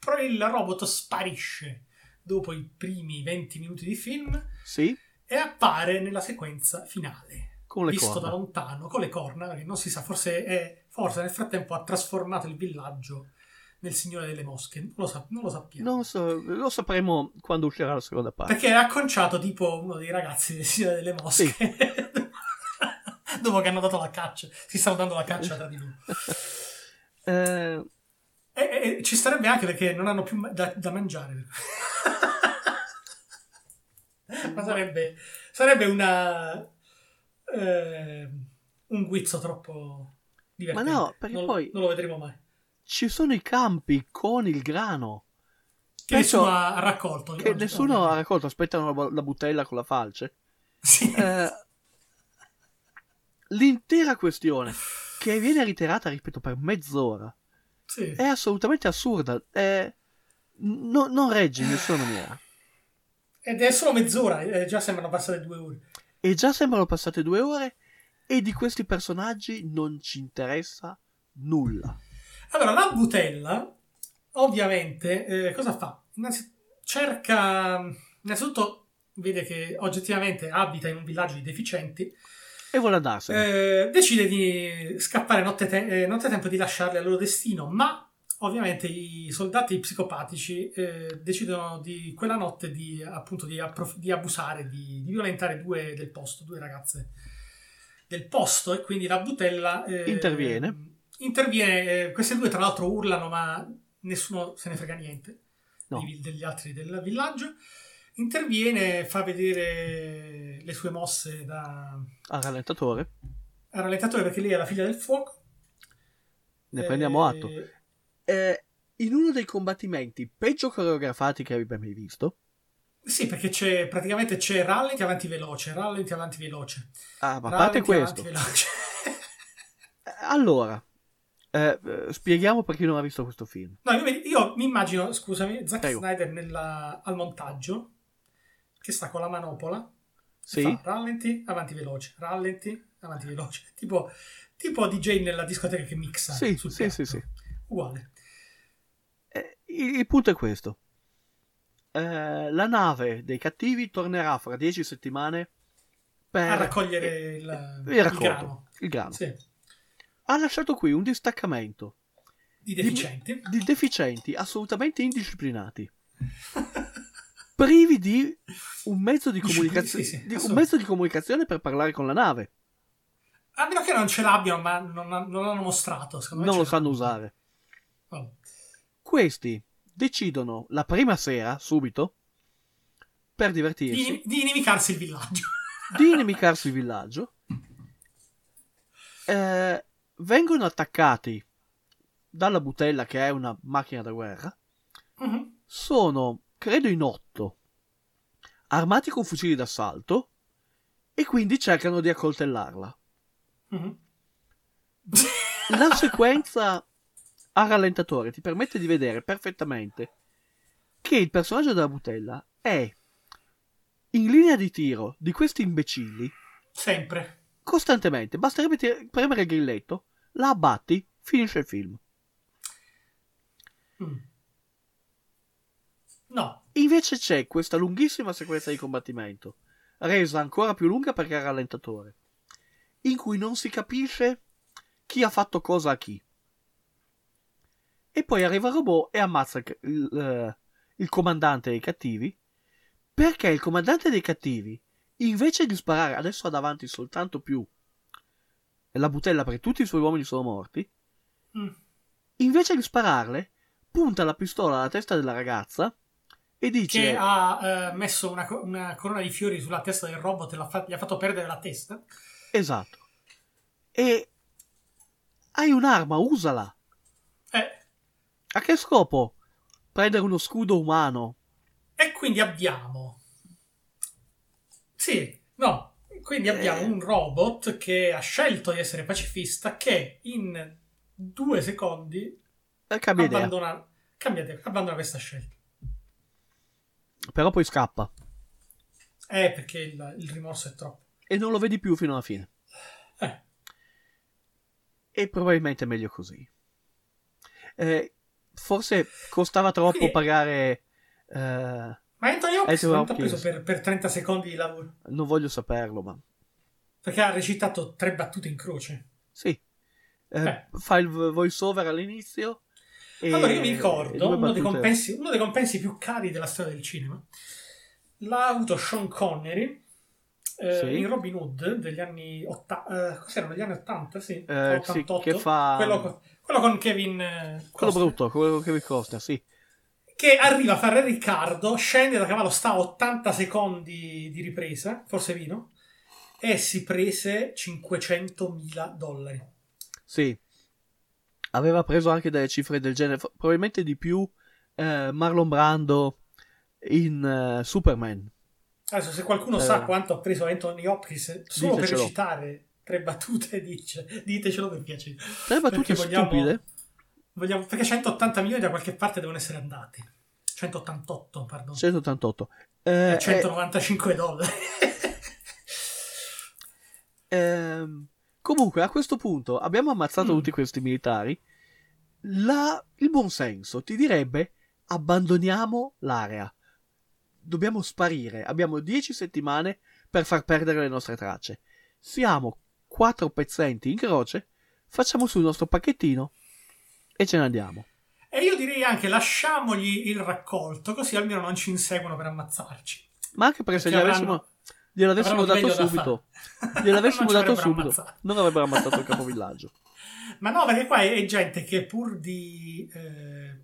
G: però il robot sparisce dopo i primi 20 minuti di film
F: Sì,
G: e appare nella sequenza finale
F: con le
G: visto
F: corna.
G: da lontano con le corna, perché non si sa, forse, è- forse nel frattempo ha trasformato il villaggio nel Signore delle Mosche, non lo, sa- non lo sappiamo.
F: Non so, lo sapremo quando uscirà la seconda parte.
G: Perché è acconciato tipo uno dei ragazzi del Signore delle Mosche. Dopo che hanno dato la caccia, si stanno dando la caccia tra di loro.
F: Eh,
G: E, e- e ci starebbe anche perché non hanno più ma- da, da mangiare. Ma sarebbe, sarebbe una, eh, un guizzo troppo divertente.
F: Ma no, perché
G: non,
F: poi-
G: non lo vedremo mai.
F: ci sono i campi con il grano.
G: Che
F: Penso
G: nessuno ha ha raccolto.
F: Che nessuno ha raccolto, aspettano la, la butella con la falce.
G: Sì.
F: Eh, l'intera questione, che viene reiterata, ripeto, per mezz'ora,
G: sì.
F: è assolutamente assurda. È- no- non regge in nessuna maniera.
G: Ed è solo mezz'ora, eh, già sembrano passate due ore.
F: E già sembrano passate due ore e di questi personaggi non ci interessa nulla.
G: Allora, la butella, ovviamente, eh, cosa fa? Innanzi- cerca, innanzitutto, vede che oggettivamente abita in un villaggio di deficienti,
F: E vuole andarsene.
G: eh, decide di scappare notte, te- eh, notte tempo e di lasciarli al loro destino, ma ovviamente i soldati psicopatici eh, decidono di quella notte di, appunto, di, approf- di abusare, di, di violentare due del posto, due ragazze del posto e quindi la butella eh,
F: Interviene.
G: interviene, eh, queste due tra l'altro urlano ma nessuno se ne frega niente
F: No.
G: di- degli altri del villaggio. Interviene, fa vedere le sue mosse da,
F: Al rallentatore.
G: al rallentatore perché lei è la figlia del fuoco.
F: Ne
G: Eh,
F: prendiamo atto. Eh, in uno dei combattimenti peggio coreografati che abbia mai visto.
G: Sì, perché c'è, praticamente c'è rallenti avanti veloce, rallenti avanti veloce.
F: Ah, ma a parte
G: rallenti avanti
F: questo.
G: veloce.
F: Allora, eh, eh, spieghiamo per chi non ha visto questo film.
G: no, io, mi- io mi immagino, scusami, Zack
F: Prego.
G: Snyder nella- al montaggio che sta con la manopola.
F: Sì?
G: Fa rallenti, avanti veloce, rallenti, avanti veloce. Tipo, tipo DJ nella discoteca che mixa.
F: Sì,
G: sul
F: sì,
G: piano.
F: sì, sì.
G: Uguale.
F: Eh, il, il punto è questo. Eh, la nave dei cattivi tornerà fra 10 settimane per
G: A raccogliere il,
F: Eh, il raccolto,
G: il grano.
F: il grano.
G: Sì,
F: Ha lasciato qui un distaccamento
G: di deficienti.
F: di deficienti assolutamente indisciplinati, privi di un mezzo di,
G: Disciplin-
F: comunicazio-
G: sì, sì,
F: di- un
G: assolutamente.
F: mezzo di comunicazione per parlare con la nave.
G: A meno che non ce l'abbiano, ma non, non l'hanno mostrato. Secondo me
F: Non
G: ce
F: lo sanno
G: l'hanno.
F: usare.
G: Vabbè.
F: Questi decidono la prima sera, subito, per divertirsi,
G: Di, di inimicarsi il villaggio.
F: di inimicarsi il villaggio. Eh, vengono attaccati dalla butella che è una macchina da guerra.
G: Mhm.
F: Sono, credo, in otto, armati con fucili d'assalto e quindi cercano di accoltellarla.
G: Mhm.
F: La sequenza a rallentatore ti permette di vedere perfettamente che il personaggio della butella è in linea di tiro di questi imbecilli
G: Sempre.
F: costantemente. Basterebbe ti- premere il grilletto, la abbatti, finisce il film.
G: Mm. No.
F: Invece c'è questa lunghissima sequenza di combattimento, resa ancora più lunga perché è rallentatore, in cui non si capisce chi ha fatto cosa a chi. E poi arriva il robot e ammazza il, il, eh, il comandante dei cattivi, perché il comandante dei cattivi, invece di sparare, adesso ha davanti soltanto più la butella perché tutti i suoi uomini sono morti,
G: Mm.
F: invece di spararle, punta la pistola alla testa della ragazza e dice...
G: Che ha eh, messo una, co- una corona di fiori sulla testa del robot e l'ha fa- gli ha fatto perdere la testa.
F: Esatto. E hai un'arma, usala.
G: Eh,
F: A che scopo? Prendere uno scudo umano.
G: e quindi abbiamo. Sì, no.
F: Eh.
G: Quindi abbiamo un robot che ha scelto di essere pacifista che in due secondi
F: Eh, cambia idea.
G: abbandona, cambia idea, abbandona questa scelta.
F: Però poi scappa.
G: Eh, perché il, il rimorso è troppo.
F: E non lo vedi più fino alla fine.
G: Eh,
F: E probabilmente è meglio così. Eh, forse costava troppo
G: Quindi-
F: pagare... eh,
G: ma Anthony Hopkins
F: Anthony
G: quanto ha
F: Hopkins.
G: preso per, per 30 secondi di lavoro?
F: non voglio saperlo, ma...
G: Perché ha recitato tre battute in croce.
F: Sì. Eh,
G: Beh.
F: Fa il voice over all'inizio. e-
G: allora, io mi
F: e due
G: ricordo uno dei,
F: battute-
G: compensi, uno dei compensi più cari della storia del cinema. L'ha avuto Sean Connery eh,
F: Sì.
G: in Robin Hood degli anni 80. cos'erano? Gli anni 80? Sì.
F: Eh, sì,
G: 88.
F: che fa-
G: Quello con, quello con Kevin. eh,
F: Quello
G: Costner.
F: brutto, quello che mi costa, sì.
G: che arriva a fare Riccardo, scende da cavallo, sta a 80 secondi di ripresa, forse vino, e si prese 500.000 dollari.
F: Sì, aveva preso anche delle cifre del genere, fo- probabilmente di più eh, Marlon Brando in eh, Superman.
G: Adesso, se qualcuno
F: Eh.
G: sa quanto ha preso Anthony Hopkins, solo
F: Ditecelo.
G: per citare tre battute, dice, ditecelo per piacere.
F: Tre battute
G: Perché vogliamo-
F: stupide.
G: Vogliamo- perché 180 milioni da qualche parte devono essere andati. 188, pardon.
F: 188. Cioè, Eh,
G: A 195 dollari.
F: eh, ehm, comunque, a questo punto abbiamo ammazzato
G: Mm.
F: tutti questi militari. La- il buon senso ti direbbe abbandoniamo l'area. Dobbiamo sparire. Abbiamo 10 settimane per far perdere le nostre tracce. Siamo quattro pezzenti in croce, facciamo sul nostro pacchettino e ce ne andiamo.
G: e io direi anche lasciamogli il raccolto, così almeno non ci inseguono per ammazzarci.
F: Ma anche perché se
G: Perché
F: gliel'avessimo
G: avranno-
F: gliel'avessimo
G: avranno
F: dato
G: meglio da
F: subito,
G: fare.
F: gliel'avessimo
G: Non ci
F: dato
G: avrebbero
F: subito,
G: ammazzato.
F: non avrebbero ammazzato il capovillaggio.
G: Ma no, perché qua è, è gente che pur di, eh,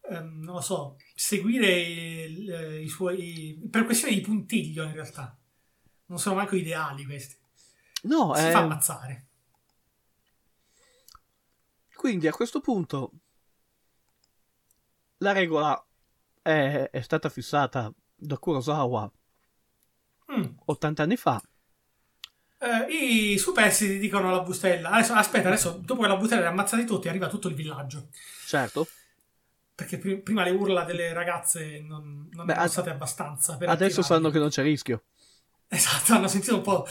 G: ehm, non lo so, seguire il- eh, i suoi... per questione di puntiglio in realtà. Non sono manco ideali questi.
F: No,
G: Si
F: eh,
G: fa ammazzare.
F: quindi a questo punto la regola è, è stata fissata da Kurosawa
G: Mm.
F: 80 anni fa.
G: Eh, I superstiti dicono alla bustella. Adesso, aspetta, adesso dopo che la bustella li ha ammazzati tutti, arriva tutto il villaggio.
F: Certo,
G: Perché pri- prima le urla delle ragazze non, non
F: Beh,
G: erano
F: ad-
G: state abbastanza. Per
F: adesso
G: attivarli.
F: sanno che non c'è rischio.
G: Esatto, hanno sentito un po'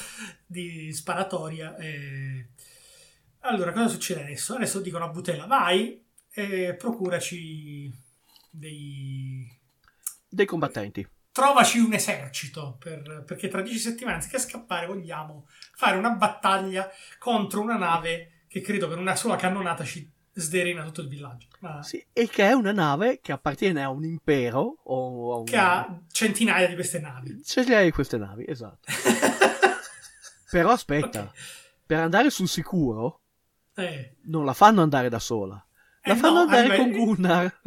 G: di sparatoria. e- Allora, cosa succede adesso? Adesso dicono a Butella, vai e procuraci dei...
F: Dei combattenti.
G: Trovaci un esercito, per- perché tra dieci settimane, anziché scappare, vogliamo fare una battaglia contro una nave che credo per una sola cannonata ci sderena tutto il villaggio. Ma...
F: Sì, e che è una nave che appartiene a un impero o a un...
G: Che ha centinaia di queste navi.
F: Ce le hai queste navi, esatto. Però aspetta, per andare sul sicuro
G: Eh,
F: non la fanno andare da sola. La
G: Eh
F: fanno
G: no,
F: andare
G: eh,
F: con
G: beh,
F: Gunnar.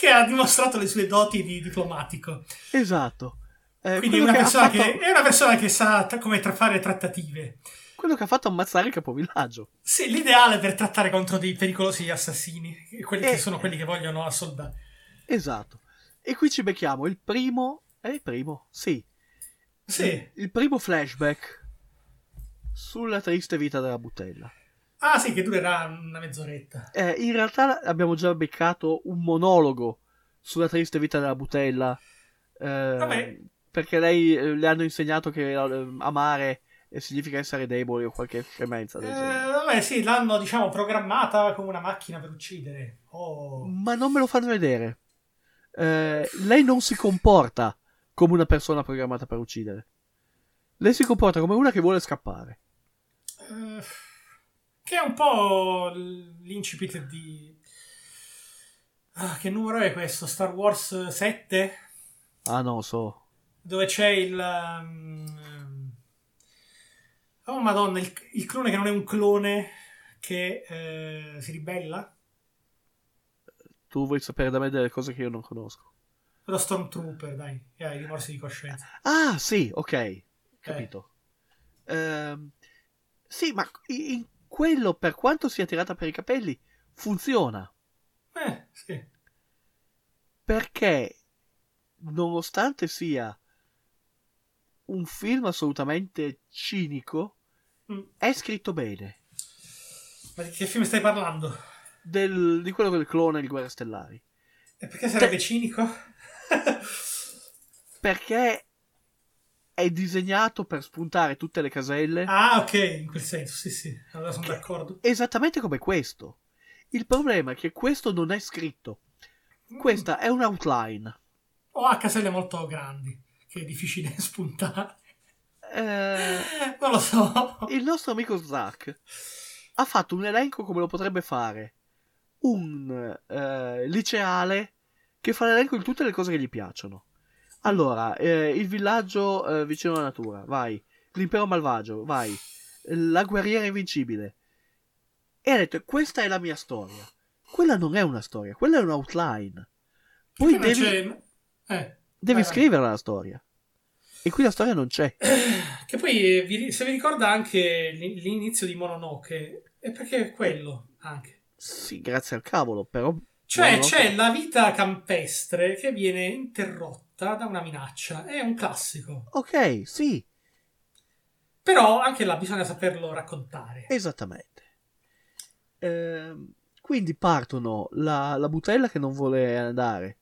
G: che ha dimostrato le sue doti di diplomatico.
F: Esatto. Eh,
G: Quindi è
F: quello
G: una,
F: che ha
G: persona
F: fatto-
G: che, è una persona che sa tra- come tra- fare trattative.
F: Quello che ha fatto ammazzare il capovillaggio.
G: Sì, l'ideale per trattare contro dei pericolosi assassini, quelli
F: Eh.
G: che sono quelli che vogliono assoldare.
F: Esatto. E qui ci becchiamo il primo. È il primo? Sì.
G: Sì.
F: Il primo flashback sulla triste vita della butella.
G: Ah sì, che durerà una mezz'oretta.
F: Eh, in realtà abbiamo già beccato un monologo sulla triste vita della butella. eh,
G: Vabbè.
F: Perché lei eh, le hanno insegnato che eh, amare eh, significa essere deboli o qualche scemenza
G: Eh,
F: del genere.
G: vabbè, sì, l'hanno, diciamo, programmata come una macchina per uccidere. Oh.
F: Ma non me lo fanno vedere. Eh, lei non si comporta come una persona programmata per uccidere. Lei si comporta come una che vuole scappare.
G: Eh, che è un po' l- l'incipit di... Ah, che numero è questo? Star Wars 7?
F: Ah, non so.
G: dove c'è il um, oh madonna il, il clone che non è un clone che eh, si ribella
F: Tu vuoi sapere da me delle cose che io non conosco.
G: lo stormtrooper dai che ha i rimorsi di coscienza
F: Ah, sì, ok. Capito. Ehm, sì, ma in in quello, per quanto sia tirata per i capelli, funziona.
G: eh, eh, sì
F: perché nonostante sia un film assolutamente cinico
G: Mm.
F: è scritto bene
G: ma di che film stai parlando?
F: del- di quello del clone di Guerre Stellari
G: e perché sarebbe
F: Te-
G: cinico?
F: perché è disegnato per spuntare tutte le caselle
G: ah ok in quel senso sì sì allora sono d'accordo
F: esattamente come questo il problema è che questo non è scritto questa è un outline
G: o ha caselle molto grandi che è difficile spuntare
F: Eh,
G: non lo so
F: il nostro amico Zack ha fatto un elenco come lo potrebbe fare un eh, liceale che fa l'elenco di tutte le cose che gli piacciono. Allora, eh, il villaggio eh, vicino alla natura, vai. L'impero malvagio, vai. La guerriera invincibile. E ha detto, questa è la mia storia. Quella non è una storia, quella è un outline. Poi
G: Perché non
F: devi,
G: c'è- eh,
F: devi
G: vai, vai.
F: scriverla la storia. E qui la storia non c'è.
G: Che poi, eh, vi- se vi ricorda anche l'in- l'inizio di Mononoke, è perché è quello anche.
F: Sì, grazie al cavolo, però
G: Cioè,
F: Buono.
G: c'è la vita campestre che viene interrotta da una minaccia. È un classico.
F: Ok, sì,
G: Però anche là bisogna saperlo raccontare.
F: Eh, esattamente. Ehm, quindi partono la, la butella che non vuole andare,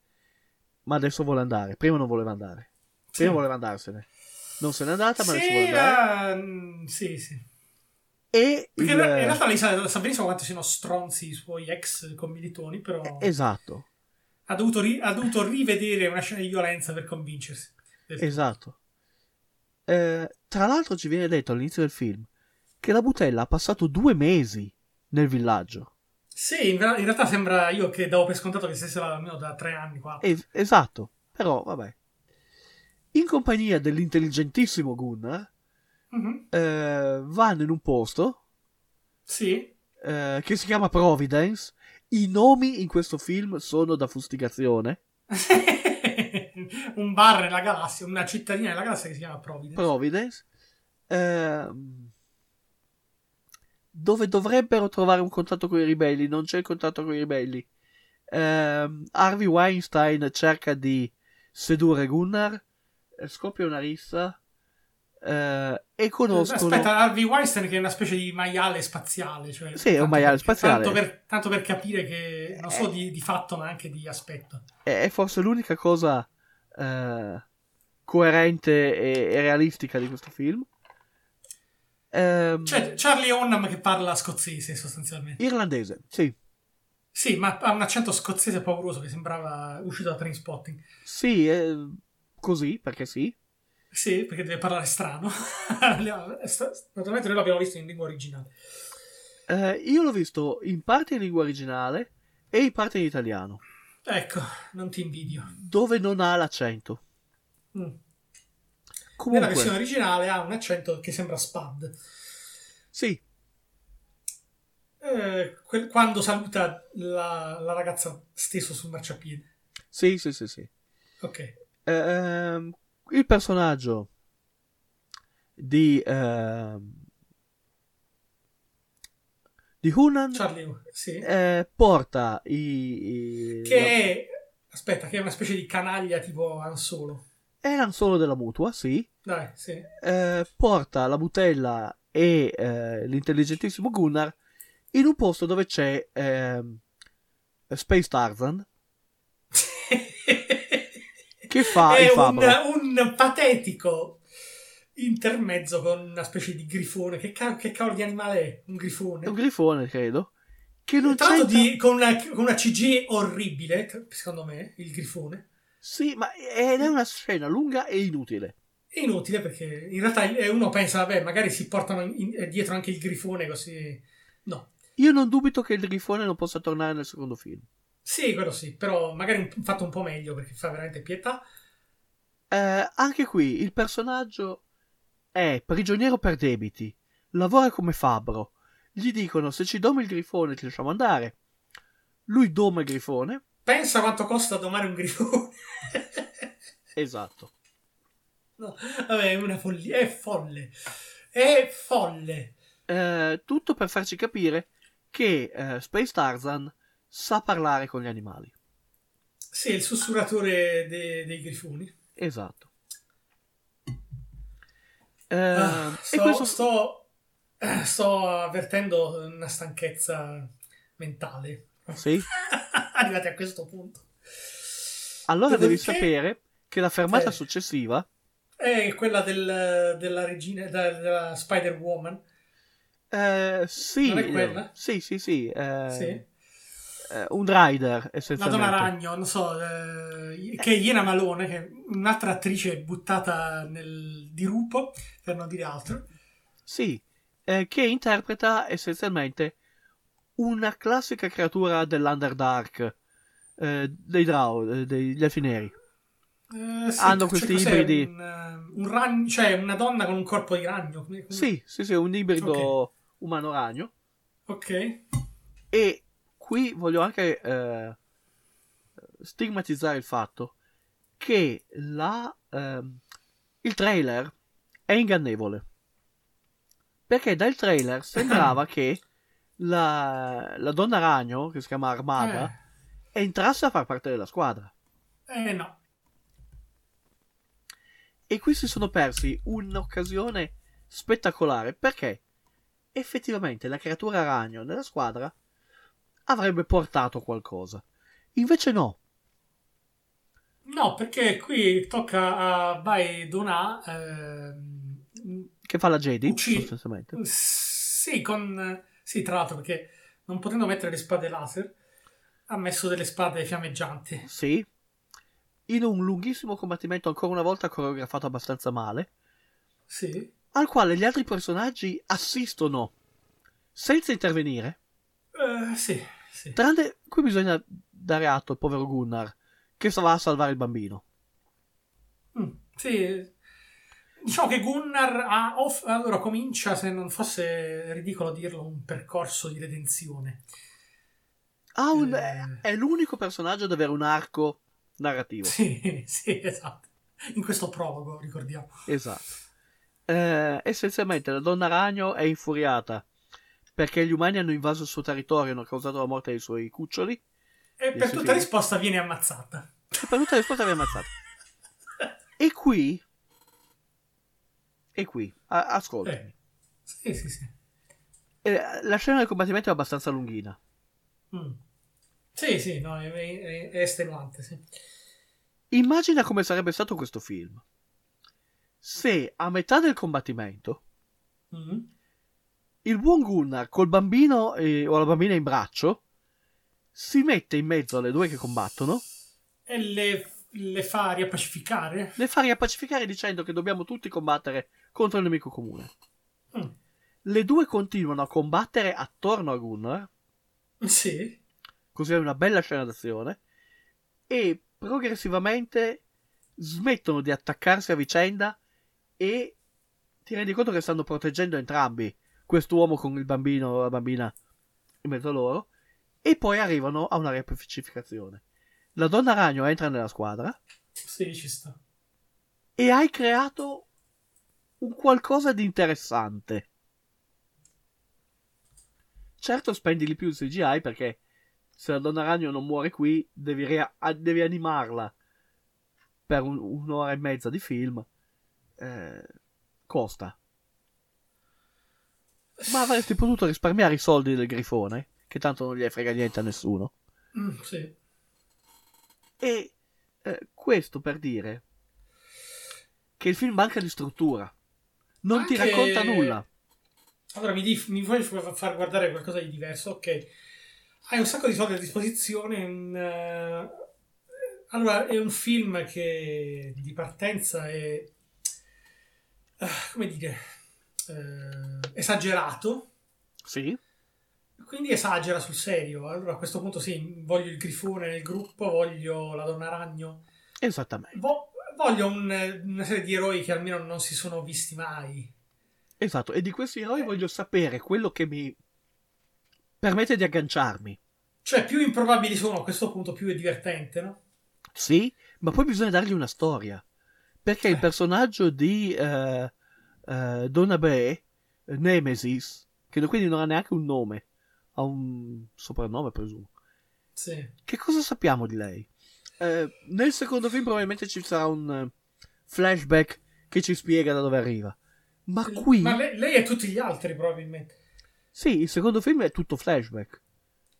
F: ma adesso vuole andare. Prima non voleva andare. Prima
G: Sì.
F: voleva andarsene. Non se n'è andata, ma adesso
G: Sì,
F: vuole andare.
G: ma, mm, sì, sì.
F: E
G: Perché
F: il-
G: in realtà lei sa, sa benissimo quanto siano stronzi i suoi ex commilitoni, però
F: Esatto,
G: ha, dovuto ri- ha dovuto rivedere una scena di violenza per convincersi. Del-
F: esatto. Eh, tra l'altro ci viene detto all'inizio del film che la butella ha passato due mesi nel villaggio.
G: Sì, in, ver- in realtà sembra io che davo per scontato che stesse là almeno da tre anni qua.
F: Es- esatto, però vabbè. In compagnia dell'intelligentissimo Gunnar,
G: Mhm.
F: eh, vanno in un posto
G: Sì,
F: eh, che si chiama Providence. I nomi in questo film sono da fustigazione.
G: un bar nella galassia, una cittadina nella galassia che si chiama Providence.
F: Providence, ehm, dove dovrebbero trovare un contatto con i ribelli, non c'è il contatto con i ribelli. Ehm, Harvey Weinstein cerca di sedurre Gunnar, eh, scoppia una rissa eh, e conoscono...
G: Aspetta, Harvey Weinstein che è una specie di maiale spaziale. Cioè,
F: Sì, è un
G: tanto
F: maiale
G: per-
F: spaziale. Eh.
G: Tanto per, tanto per capire che, non solo di, di fatto, ma anche di aspetto.
F: È, è forse l'unica cosa eh, coerente e, e realistica di questo film. Ehm,
G: Cioè, Charlie Hunnam che parla scozzese sostanzialmente.
F: Irlandese, sì.
G: Sì, ma ha un accento scozzese pauroso che sembrava uscito da Trainspotting.
F: Sì, eh, così, perché sì.
G: Sì, perché deve parlare strano. Naturalmente noi l'abbiamo visto in lingua originale.
F: Eh, io l'ho visto in parte in lingua originale e in parte in italiano,
G: Ecco, non ti invidio.
F: dove non ha l'accento.
G: Mm. Nella versione
F: Comunque,
G: originale ha un accento che sembra Spad.
F: sì,
G: Eh, quel- quando saluta la, la ragazza steso sul marciapiede.
F: sì, sì, sì, sì.
G: Ok.
F: Ehm, il personaggio di ehm, di Hunan
G: Charlie, sì.
F: eh, porta i, i-
G: che è... Aspetta, che è una specie di canaglia tipo Han Solo.
F: erano solo della mutua, sì.
G: Dai, sì.
F: eh, porta la butella e eh, l'intelligentissimo Gunnar in un posto dove c'è ehm, Space Tarzan che fa
G: è
F: il
G: un,
F: fabbro.
G: un patetico intermezzo con una specie di grifone. Che, ca- che cavolo di animale è? Un grifone?
F: È un grifone, credo. Che non
G: Tra l'altro
F: c'è.
G: di- con, una, con una CG orribile, t- secondo me, il grifone.
F: Sì, ma ed è una scena lunga e inutile.
G: È inutile perché in realtà eh, uno pensa, vabbè, magari si portano in- eh, dietro anche il grifone così... No.
F: Io non dubito che il grifone non possa tornare nel secondo film.
G: Sì, quello sì, però magari un- fatto un po' meglio perché fa veramente pietà.
F: Eh, anche qui il personaggio è prigioniero per debiti, lavora come fabbro. Gli dicono se ci domi il grifone ti lasciamo andare. Lui doma il grifone,
G: Pensa quanto costa domare un grifone.
F: esatto.
G: no, vabbè, è una follia, è folle. È folle.
F: Eh, tutto per farci capire che eh, Space Tarzan sa parlare con gli animali.
G: Sì, il sussurratore de- dei grifoni.
F: Esatto. Eh,
G: Ah,
F: e
G: sto,
F: questo
G: sto- eh, sto avvertendo una stanchezza mentale.
F: Sì.
G: Arrivati a questo punto.
F: Allora devi
G: Dopodiché-
F: sapere che la fermata
G: Eh.
F: successiva
G: È quella del- della regina, da- della Spider-Woman.
F: eh, sì,
G: Non è quella?
F: sì, sì, sì, eh,
G: Sì.
F: eh, un rider
G: La Donna
F: essenzialmente.
G: Ragno, non so, eh, che è Iena Malone, che è un'altra attrice buttata nel dirupo, per non dire altro.
F: Sì, eh, che interpreta essenzialmente una classica creatura dell'Underdark, eh, dei Drow, eh, degli elfi neri.
G: Eh, sì,
F: Hanno
G: cioè,
F: questi
G: cos'è?
F: ibridi.
G: Un, eh, un ragno, cioè una donna con un corpo di ragno. come- come-
F: Sì, sì, sì, un ibrido umano-ragno.
G: Ok.
F: E qui voglio anche eh, stigmatizzare il fatto che la, ehm, il trailer è ingannevole. Perché dal trailer sembrava che la, la donna ragno, che si chiama Armada,
G: Eh.
F: entrasse a far parte della squadra.
G: Eh no,
F: E qui si sono persi un'occasione spettacolare perché effettivamente la creatura ragno nella squadra avrebbe portato qualcosa. Invece no,
G: no, perché qui tocca a Bai Donà. ehm,
F: che fa la Jedi
G: Uccide.
F: sostanzialmente.
G: sì, con, sì, tra l'altro, perché non potendo mettere le spade laser, ha messo delle spade fiammeggianti.
F: Sì. In un lunghissimo combattimento ancora una volta coreografato abbastanza male,
G: Sì.
F: al quale gli altri personaggi assistono senza intervenire
G: Eh, sì, sì.
F: Tranne qui bisogna dare atto al povero Gunnar che va a salvare il bambino.
G: Mm, sì. Diciamo che Gunnar ha off- allora comincia, se non fosse ridicolo dirlo, un percorso di redenzione.
F: Ha un-
G: Eh.
F: È l'unico personaggio ad avere un arco narrativo.
G: Sì, sì, esatto. In questo prologo, ricordiamo.
F: Esatto. Eh, essenzialmente la donna ragno è infuriata perché gli umani hanno invaso il suo territorio e hanno causato la morte dei suoi cuccioli. E
G: E
F: Sì,
G: per
F: sì,
G: tutta
F: sì.
G: risposta viene ammazzata.
F: per tutta la risposta viene ammazzata. E qui... E qui, a- ascolta.
G: Eh, Sì, sì, sì.
F: Eh, la scena del combattimento è abbastanza lunghina.
G: Mm. Sì, sì, no, è, è- è estenuante, sì.
F: Immagina come sarebbe stato questo film se a metà del combattimento
G: Mm.
F: il buon Gunnar col bambino eh, o la bambina in braccio si mette in mezzo alle due che combattono,
G: E le, le fa riappacificare?
F: le fa riappacificare dicendo che dobbiamo tutti combattere contro il nemico comune.
G: Mm.
F: Le due continuano a combattere attorno a Gunnar,
G: Sì.
F: così è una bella scena d'azione, e progressivamente smettono di attaccarsi a vicenda e ti rendi conto che stanno proteggendo entrambi, quest'uomo con il bambino o la bambina in mezzo a loro, e poi arrivano a una riappacificazione. La donna ragno entra nella squadra
G: Sì, ci sta.
F: e hai creato un qualcosa di interessante. Certo, spendi di più il CGI perché se la donna ragno non muore qui, devi, rea- a- devi animarla per un- un'ora e mezza di film. Eh, costa. Ma avresti potuto risparmiare i soldi del grifone, che tanto non gli frega niente a nessuno.
G: Mm, sì.
F: E eh, questo per dire che il film manca di struttura. Non ti
G: Anche-
F: racconta nulla.
G: Allora mi, dif- mi vuoi f- far guardare qualcosa di diverso? Ok. Hai un sacco di soldi a disposizione. un, eh, Allora, è un film che di partenza è. eh, come dire. eh, esagerato.
F: Sì.
G: Quindi esagera sul serio. Allora a questo punto sì, voglio il grifone nel gruppo, voglio la donna ragno.
F: Esattamente.
G: Vo- voglio un- una serie di eroi che almeno non si sono visti mai.
F: Esatto. E di questi eroi voglio sapere quello che mi permette di agganciarmi.
G: Cioè, più improbabili sono a questo punto, più è divertente, no?
F: Sì, ma poi bisogna dargli una storia. Perché il
G: Eh.
F: personaggio di eh, eh, Donabé, eh, Nemesis, che quindi non ha neanche un nome, ha un soprannome presumo.
G: Sì.
F: Che cosa sappiamo di lei? Eh, nel secondo film probabilmente ci sarà un eh, flashback che ci spiega da dove arriva. Ma qui,
G: Ma lei, lei e tutti gli altri, probabilmente.
F: sì, il secondo film è tutto flashback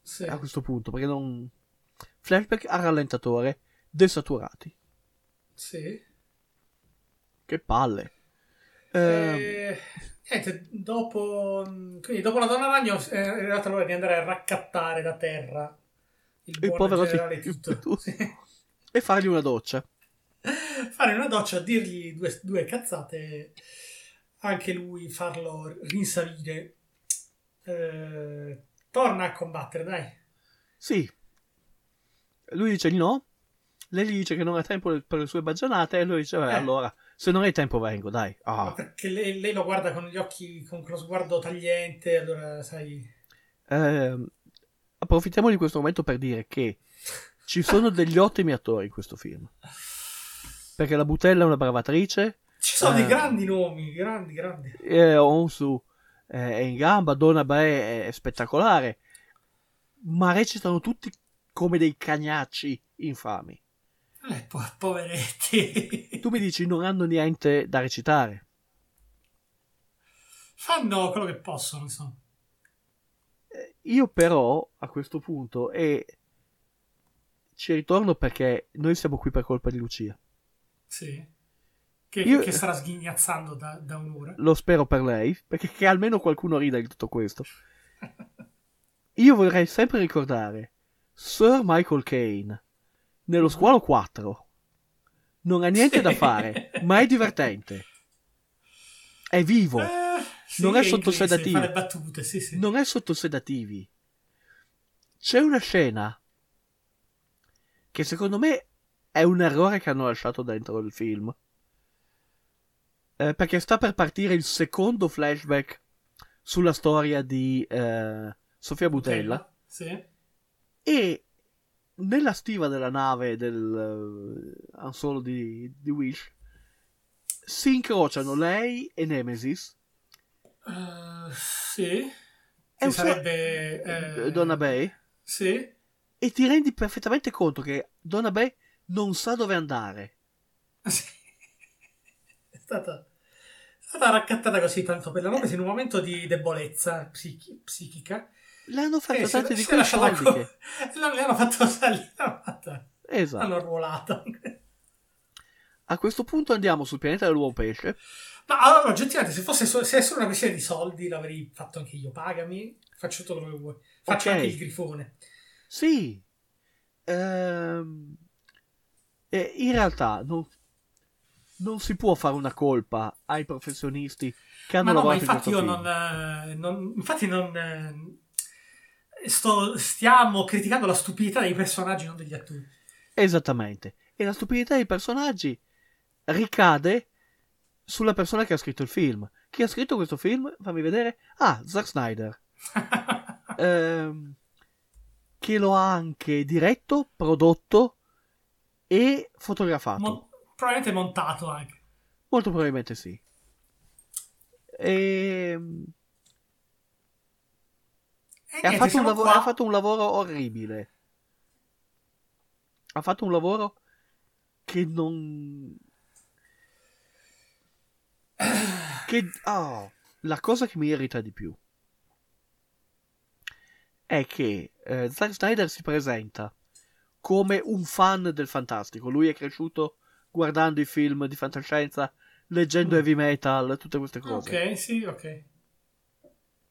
G: Sì.
F: a questo punto, perché non... Flashback a rallentatore, desaturati.
G: sì.
F: Che palle. Eh,
G: Eh, niente, dopo, mm, quindi dopo la donna ragno è arrivata l'ora di andare a raccattare da terra il,
F: il
G: buon
F: povero
G: generale
F: Tito.
G: Tito. Sì.
F: E fargli una doccia.
G: Fare una doccia, dirgli due, due cazzate, anche lui farlo rinsavire. Eh, torna a combattere, dai.
F: Sì. Lui dice di no. Lei gli dice che non ha tempo per le sue baggianate. E lui dice, "Beh,
G: Eh.
F: allora, se non hai tempo vengo, dai. Ah.
G: Ma perché lei, lei lo guarda con gli occhi, con quello sguardo tagliente, allora sai...
F: Ehm, approfittiamo di questo momento per dire che ci sono degli ottimi attori in questo film. Perché la Butella è una brava attrice,
G: Ci sono dei
F: Eh.
G: grandi nomi, grandi, grandi.
F: eh, Onsu eh, è in gamba, Donna Bae è, è spettacolare, ma recitano tutti come dei cagnacci infami.
G: Eh, po- poveretti.
F: Tu mi dici non hanno niente da recitare.
G: Fanno quello che possono, insomma.
F: Eh, Io però a questo punto e ci ritorno perché noi siamo qui per colpa di Lucia.
G: Sì. Che,
F: Io-
G: che starà sghignazzando da, da un'ora.
F: Lo spero per lei, perché che almeno qualcuno rida di tutto questo. Io vorrei sempre ricordare Sir Michael Kane nello squalo 4. Non ha niente da fare, ma è divertente. È vivo.
G: Eh, sì,
F: Non è
G: inglese,
F: sotto sedativo.
G: Fa le battute, sì, sì.
F: non è sotto sedativi. C'è una scena che secondo me è un errore che hanno lasciato dentro il film. Eh, perché sta per partire il secondo flashback sulla storia di eh, Sofia Butella.
G: Sì.
F: E nella stiva della nave del eh, Han Solo di, di Wish si incrociano lei e Nemesis.
G: Eh, sì.
F: È
G: Che
F: un solo-
G: sarebbe... eh,
F: Donna Bay.
G: Sì.
F: e ti rendi perfettamente conto che Donna Bay non sa dove andare.
G: Sì. È stata, è stata raccattata così tanto per la nome in un momento di debolezza psichi- psichica.
F: L'hanno fatta
G: Eh, si-
F: tante di
G: si è
F: quei
G: lasciata
F: soldi
G: co-
F: che...
G: L'hanno l'hanno fatto salire, l'hanno fatta-
F: Esatto.
G: l'hanno arruolata.
F: A questo punto andiamo sul pianeta dell'uomo pesce.
G: Ma allora, oggettivamente, se, fosse so- se è solo una questione di soldi, l'avrei fatto anche io. Pagami, faccio tutto quello che vuoi. Faccio
F: Ok.
G: anche il grifone.
F: Sì. Ehm, eh, in realtà non, non si può fare una colpa ai professionisti che hanno
G: ma no, ma
F: lavorato in
G: infatti
F: questo
G: io
F: film.
G: non, eh, non- Infatti non... eh, sto- stiamo criticando la stupidità dei personaggi, non degli attori.
F: Esattamente. E la stupidità dei personaggi ricade sulla persona che ha scritto il film. Chi ha scritto questo film? Fammi vedere. Ah, Zack Snyder. ehm, che lo ha anche diretto, prodotto e fotografato.
G: Mon- probabilmente montato anche.
F: Molto probabilmente sì. Ehm,
G: E
F: E ha,
G: niente,
F: fatto un
G: siamo
F: lavoro,
G: qua.
F: ha fatto un lavoro orribile. Ha fatto un lavoro che non. che. oh, la cosa che mi irrita di più è che eh, Zack Snyder si presenta come un fan del fantastico. Lui è cresciuto guardando i film di fantascienza, leggendo heavy metal, tutte queste cose.
G: Mm. Ok, sì, ok.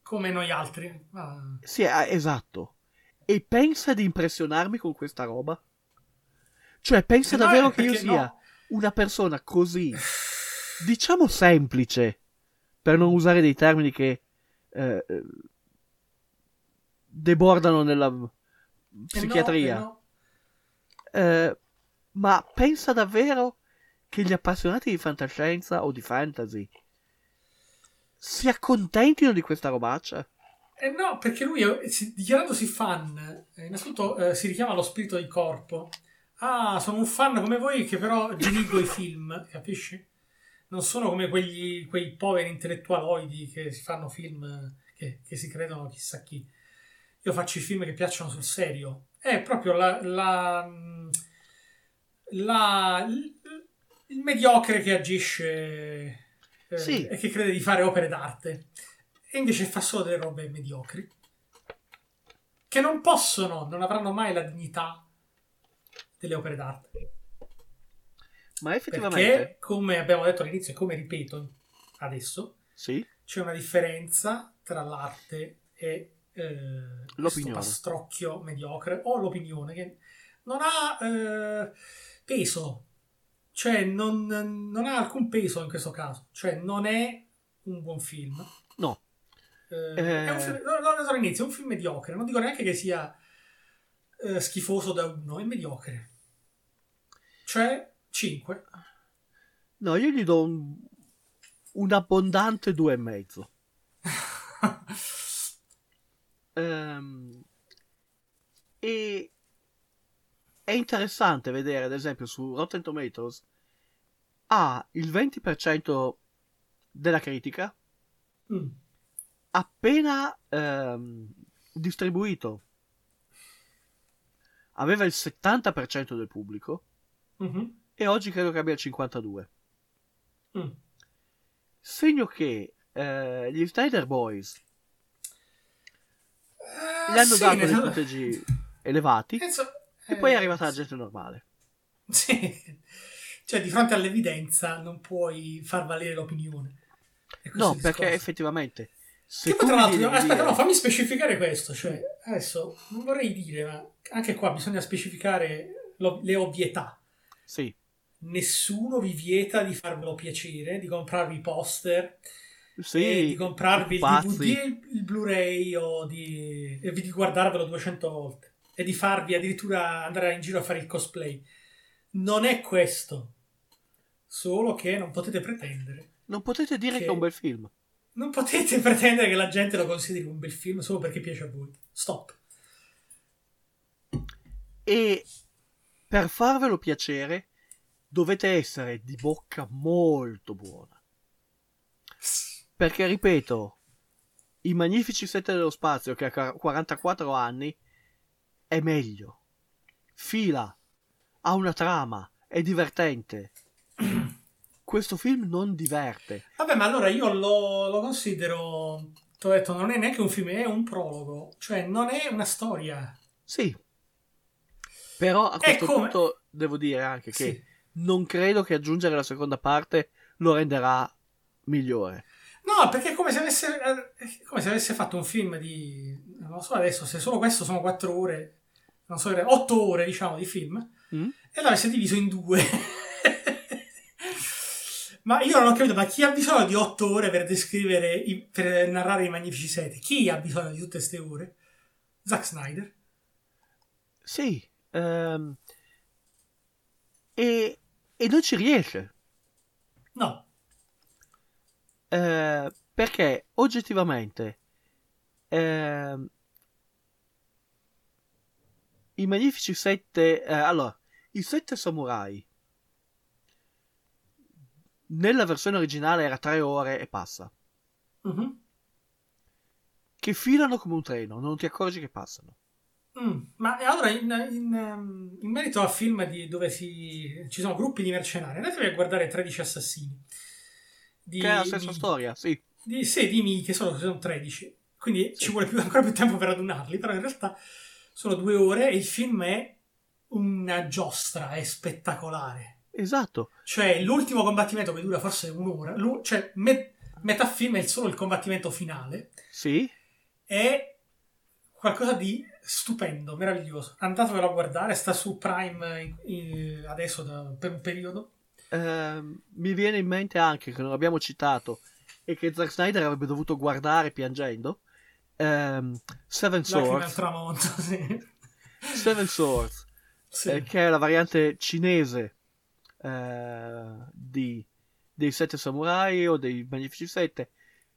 G: Come noi altri. ma-
F: Sì, ah, esatto. E pensa di impressionarmi con questa roba? Cioè, pensa
G: No,
F: davvero
G: eh,
F: che io
G: perché
F: sia
G: no.
F: una persona così, diciamo semplice, per non usare dei termini che eh, eh, debordano nella
G: Eh no,
F: psichiatria.
G: eh no.
F: Eh, ma pensa davvero che gli appassionati di fantascienza o di fantasy si accontentino di questa robaccia?
G: Eh no, perché lui, è- si- dichiarandosi fan, eh, innanzitutto eh, si richiama allo spirito del corpo. Ah, sono un fan come voi che però dirigo i film, capisci? Non sono come quegli, quei poveri intellettualoidi che si fanno film eh, che, che si credono chissà chi. Io faccio i film che piacciono sul serio. È proprio la, la, mm, la- il- il mediocre che agisce eh,
F: Sì.
G: e che crede di fare opere d'arte. E invece fa solo delle robe mediocri. Che non possono, non avranno mai la dignità delle opere d'arte.
F: Ma effettivamente...
G: Perché, come abbiamo detto all'inizio e come ripeto adesso,
F: Sì?
G: c'è una differenza tra l'arte e eh, questo
F: L'opinione.
G: pastrocchio mediocre o l'opinione che non ha eh, peso, cioè non, non ha alcun peso in questo caso, cioè non è un buon film.
F: No,
G: Eh,
F: Eh.
G: È un film, l'ho- l'ho detto all'inizio, è un film mediocre, non dico neanche che sia eh, schifoso da uno, è mediocre. Cioè 5.
F: No, io gli do un, un abbondante due e mezzo. Ehm, e è interessante vedere, ad esempio, su Rotten Tomatoes ha il 20% della critica
G: Mm.
F: appena ehm, distribuito. aveva il 70% del pubblico
G: Mhm.
F: e oggi credo che abbia il 52%.
G: Mm.
F: Segno che eh, gli Snyder Boys
G: Eh,
F: gli hanno
G: sì,
F: dato
G: nel
F: dei
G: senso-
F: punteggi elevati
G: nel senso-
F: e
G: eh,
F: poi è arrivata la gente normale.
G: Sì. Cioè, di fronte all'evidenza non puoi far valere l'opinione. È questo
F: No,
G: il
F: perché
G: discorso.
F: effettivamente se
G: Tipo,
F: tu
G: tra
F: mi
G: l'altro,
F: devi
G: aspetta,
F: dire-
G: no, fammi specificare questo. Cioè, adesso non vorrei dire, ma anche qua bisogna specificare lo- le ovvietà.
F: Sì,
G: Nessuno vi vieta di farvelo piacere, di comprarvi i poster,
F: sì,
G: e Eh, di comprarvi il
F: pazzi.
G: DVD e il, il Blu-ray o di, e di guardarvelo 200 volte e di farvi addirittura andare in giro a fare il cosplay. Non è questo, solo che non potete pretendere.
F: Non potete dire che...
G: che-
F: è un bel film.
G: Non potete pretendere che la gente lo consideri un bel film solo perché piace a voi. Stop.
F: E per farvelo piacere dovete essere di bocca molto buona. Perché, ripeto, i Magnifici Sette dello Spazio, che ha quar- 44 anni, è meglio. Fila, ha una trama, è divertente. Questo film non diverte.
G: Vabbè, ma allora io lo, lo considero. Ti ho detto, non è neanche un film, è un prologo. Cioè, non è una storia.
F: Sì. Però a questo
G: come-
F: punto devo dire anche che
G: Sì.
F: non credo che aggiungere la seconda parte lo renderà migliore.
G: No, perché è come se avesse, eh, è come se avesse fatto un film di. Non lo so adesso, se solo questo sono 4 ore, non so, 8 ore diciamo di film,
F: Mm?
G: e l'avesse diviso in due. ma io non ho capito, ma chi ha bisogno di 8 ore per descrivere, i- per narrare i Magnifici 7? Chi ha bisogno di tutte queste ore? Zack Snyder?
F: Sì. ehm, e, e non ci riesce.
G: No.
F: Eh, perché oggettivamente ehm, i Magnifici Sette. eh, allora, i Sette Samurai nella versione originale era tre ore e passa.
G: Mhm.
F: che filano come un treno, non ti accorgi che passano.
G: Mm, Ma e allora, in, in, ehm, in merito a film di- dove si, ci sono gruppi di mercenari, andatevi a guardare 13 assassini. Di,
F: Che è la stessa
G: di-
F: storia, sì.
G: Di, sì, di Mi, che sono, sono 13. Quindi ci vuole più- ancora più tempo per radunarli, però in realtà sono due ore e il film è una giostra, è spettacolare.
F: Esatto.
G: Cioè, l'ultimo combattimento che dura forse un'ora, l'u- cioè me- metà film è solo il combattimento finale,
F: Sì,
G: è qualcosa di stupendo, meraviglioso. Andatevelo a guardare, sta su Prime eh, in- adesso da- per un periodo.
F: ehm, mi viene in mente anche che non abbiamo citato e che Zack Snyder avrebbe dovuto guardare piangendo. ehm, Seven
G: Lacrime al
F: Swords,
G: tramonto, sì.
F: Seven Swords
G: Sì.
F: eh, che è la variante cinese eh, di- dei Sette Samurai o dei Magnifici Sette.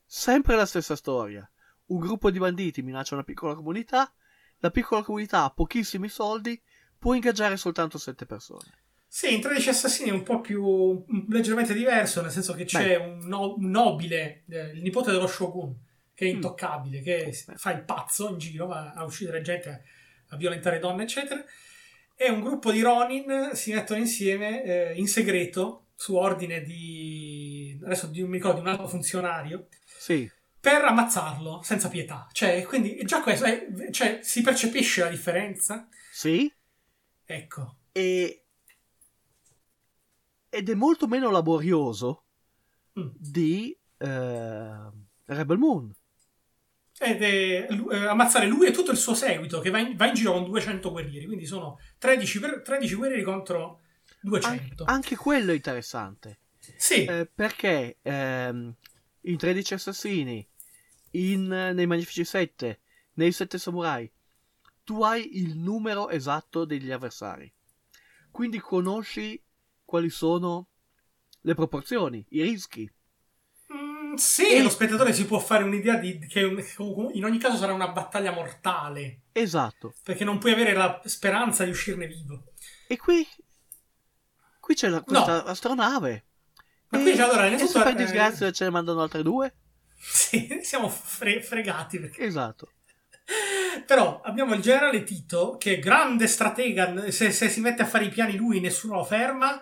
F: Sempre la stessa storia. Un gruppo di banditi minaccia una piccola comunità, la piccola comunità ha pochissimi soldi, può ingaggiare soltanto sette persone.
G: Sì, in 13 Assassini è un po' più un- leggermente diverso, nel senso che c'è un, no- un nobile, eh, il nipote dello Shogun, che è
F: Mm.
G: intoccabile, che
F: Beh.
G: fa il pazzo in giro, va a uccidere gente, a, a violentare donne, eccetera. E un gruppo di Ronin si mettono insieme eh, in segreto, su ordine di... adesso di- non mi ricordo, di un altro funzionario,
F: Sì,
G: per ammazzarlo senza pietà. Cioè, quindi già questo, è- cioè, si percepisce la differenza?
F: sì,
G: Ecco.
F: e... ed è molto meno laborioso
G: Mm.
F: di eh, Rebel Moon.
G: Ed è lu- eh, ammazzare lui e tutto il suo seguito che va in, va in giro con 200 guerrieri, quindi sono 13, per- 13 guerrieri contro
F: An-
G: 200.
F: anche quello è interessante.
G: Certo. sì,
F: Ah, Eh, perché ehm, in 13 assassini, in, eh, nei Magnifici 7, nei 7 samurai, tu hai il numero esatto degli avversari. Quindi conosci quali sono le proporzioni, i rischi.
G: Mm, sì, lo spettatore si può fare un'idea di, che è un- in ogni caso sarà una battaglia mortale,
F: Esatto.
G: perché non puoi avere la speranza di uscirne vivo.
F: E qui, qui c'è la- questa astronave.
G: Ma
F: e,
G: qui c'è allora,
F: e
G: innanzitutto,
F: se per
G: eh,
F: disgrazia ce ne mandano altre due?
G: Sì, siamo fre- fregati perché...
F: Esatto.
G: Però abbiamo il generale Tito, che è grande stratega, se, se si mette a fare i piani lui nessuno lo ferma,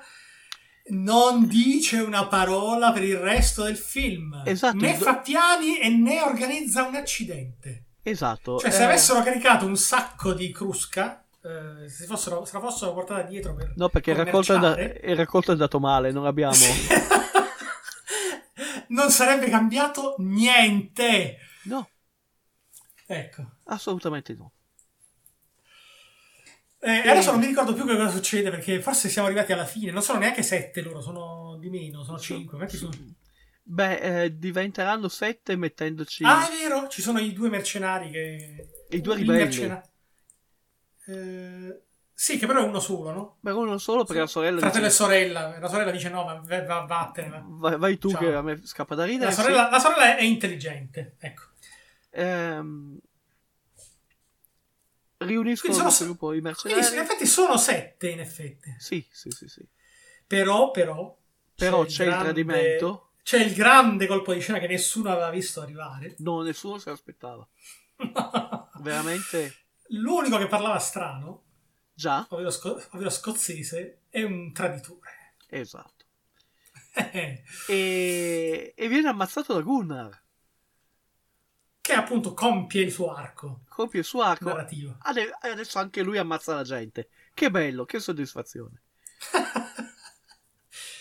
G: non dice una parola per il resto del film.
F: Esatto.
G: Né fa piani e né organizza un accidente.
F: Esatto.
G: Cioè, se
F: eh,
G: avessero caricato un sacco di crusca, eh, se, fossero, se la fossero portata dietro per...
F: No, perché il
G: per
F: raccolto, è da-
G: merciare,
F: il raccolto è andato male, non abbiamo...
G: non sarebbe cambiato niente.
F: No,
G: Ecco.
F: assolutamente no.
G: Eh, adesso non mi ricordo più che cosa succede perché forse siamo arrivati alla fine. Non sono neanche sette loro, sono di meno, sono cinque. metti su.
F: Beh, eh, diventeranno sette mettendoci...
G: Ah, è vero, ci sono i due mercenari che...
F: I due
G: il
F: ribelli.
G: mercena- Eh, sì, che però è uno solo, no?
F: Ma uno solo perché la sorella...
G: Fratello
F: dice-
G: e sorella. La sorella dice no, va, va, va- vattene. va.
F: Vai, vai tu
G: Ciao.
F: che a me scappa da ridere.
G: La,
F: sì.
G: sorella, la sorella è intelligente, ecco.
F: Ehm, riuniscono
G: Quindi sono,
F: il
G: se-
F: gruppo i
G: quindi in
F: mercenari.
G: effetti sono sette, in effetti.
F: Sì, sì, sì, sì.
G: Però, però...
F: Però c'è il tradimento.
G: C'è il grande colpo di scena che nessuno aveva visto arrivare.
F: No, nessuno se l'aspettava. Veramente
G: L'unico che parlava strano,
F: già,
G: ovvero, sco- ovvero scozzese, è un traditore.
F: esatto.
G: che
F: E, e viene ammazzato da Gunnar.
G: appunto compie il suo arco
F: Compie il suo arco.
G: narrativo.
F: Ade- e adesso anche lui ammazza la gente. Che bello, che soddisfazione.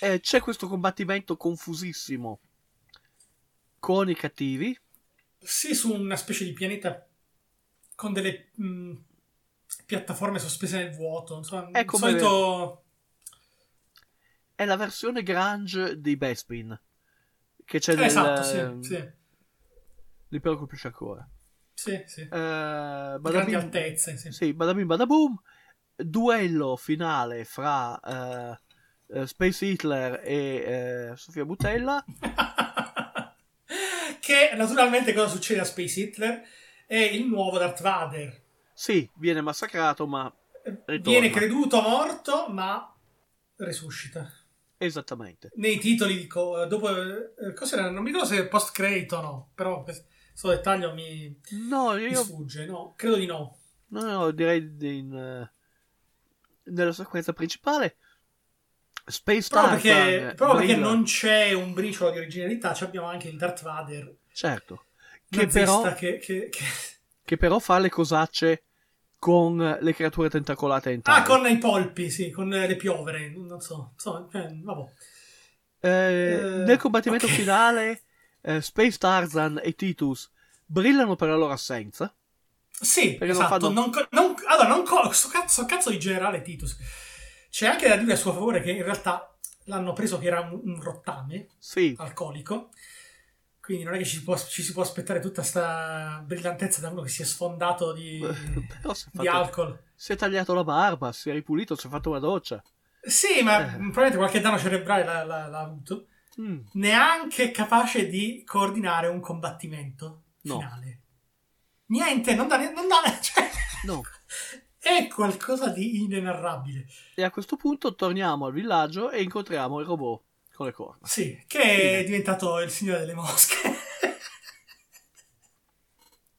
F: Eh, c'è questo combattimento confusissimo con i cattivi.
G: sì, su una specie di pianeta con delle mh, piattaforme sospese nel vuoto. Insomma,
F: È
G: il
F: come-
G: solito...
F: È la versione grunge di Bespin. Che c'è
G: Eh,
F: nel,
G: esatto,
F: ehm,
G: sì, sì,
F: Li preoccupisce ancora.
G: sì, sì.
F: Eh, badabim-
G: Grandi altezze, sì.
F: Sì, badabim badaboom. Duello finale fra eh, eh, Space Hitler e eh, Sofia Butella.
G: che naturalmente cosa succede a Space Hitler? È il nuovo Darth Vader.
F: Sì, viene massacrato, ma Ritorna.
G: Viene creduto morto, ma resuscita.
F: esattamente.
G: Nei titoli di co- dopo eh, cos'era? Non mi ricordo se è post credito o no, però questo dettaglio mi,
F: No,
G: mi
F: io
G: sfugge, no? Credo di no.
F: no, no, direi di- in, eh, nella sequenza principale. Space eh,
G: Proprio
F: Tartan
G: perché, proprio perché
F: brilla.
G: non c'è un briciolo di originalità, ci abbiamo anche il Darth Vader
F: Certo. Che
G: nazista
F: però,
G: che, che- che-
F: che però fa le cosacce con le creature tentacolate in
G: Ah,
F: tavola.
G: con i polpi, sì, con le piovere, non so, insomma, eh, vabbè.
F: Eh,
G: Eh,
F: nel combattimento
G: ok.
F: finale, eh, Space Tarzan e Titus brillano per la loro assenza.
G: Sì,
F: Perché non
G: esatto.
F: fanno-
G: Non co- non- allora, non co- sto cazzo, sto cazzo di generale Titus. C'è anche da dire a suo favore che in realtà l'hanno preso che era un, un rottame
F: Sì,
G: alcolico. Quindi non è che ci, si può- ci si può aspettare tutta sta brillantezza da uno che si è sfondato di,
F: però si è,
G: di
F: fatto-
G: alcol.
F: si è tagliato la barba, si è ripulito, si è fatto una doccia.
G: Sì, ma
F: Eh.
G: probabilmente qualche danno cerebrale l'ha, l'ha- l'ha avuto.
F: Mm,
G: Neanche capace di coordinare un combattimento
F: No.
G: finale. Niente, non dà. Non dà cioè,
F: no.
G: è qualcosa di inenarrabile.
F: E a questo punto torniamo al villaggio e incontriamo il robot con le corna.
G: Sì, che è diventato il signore delle mosche.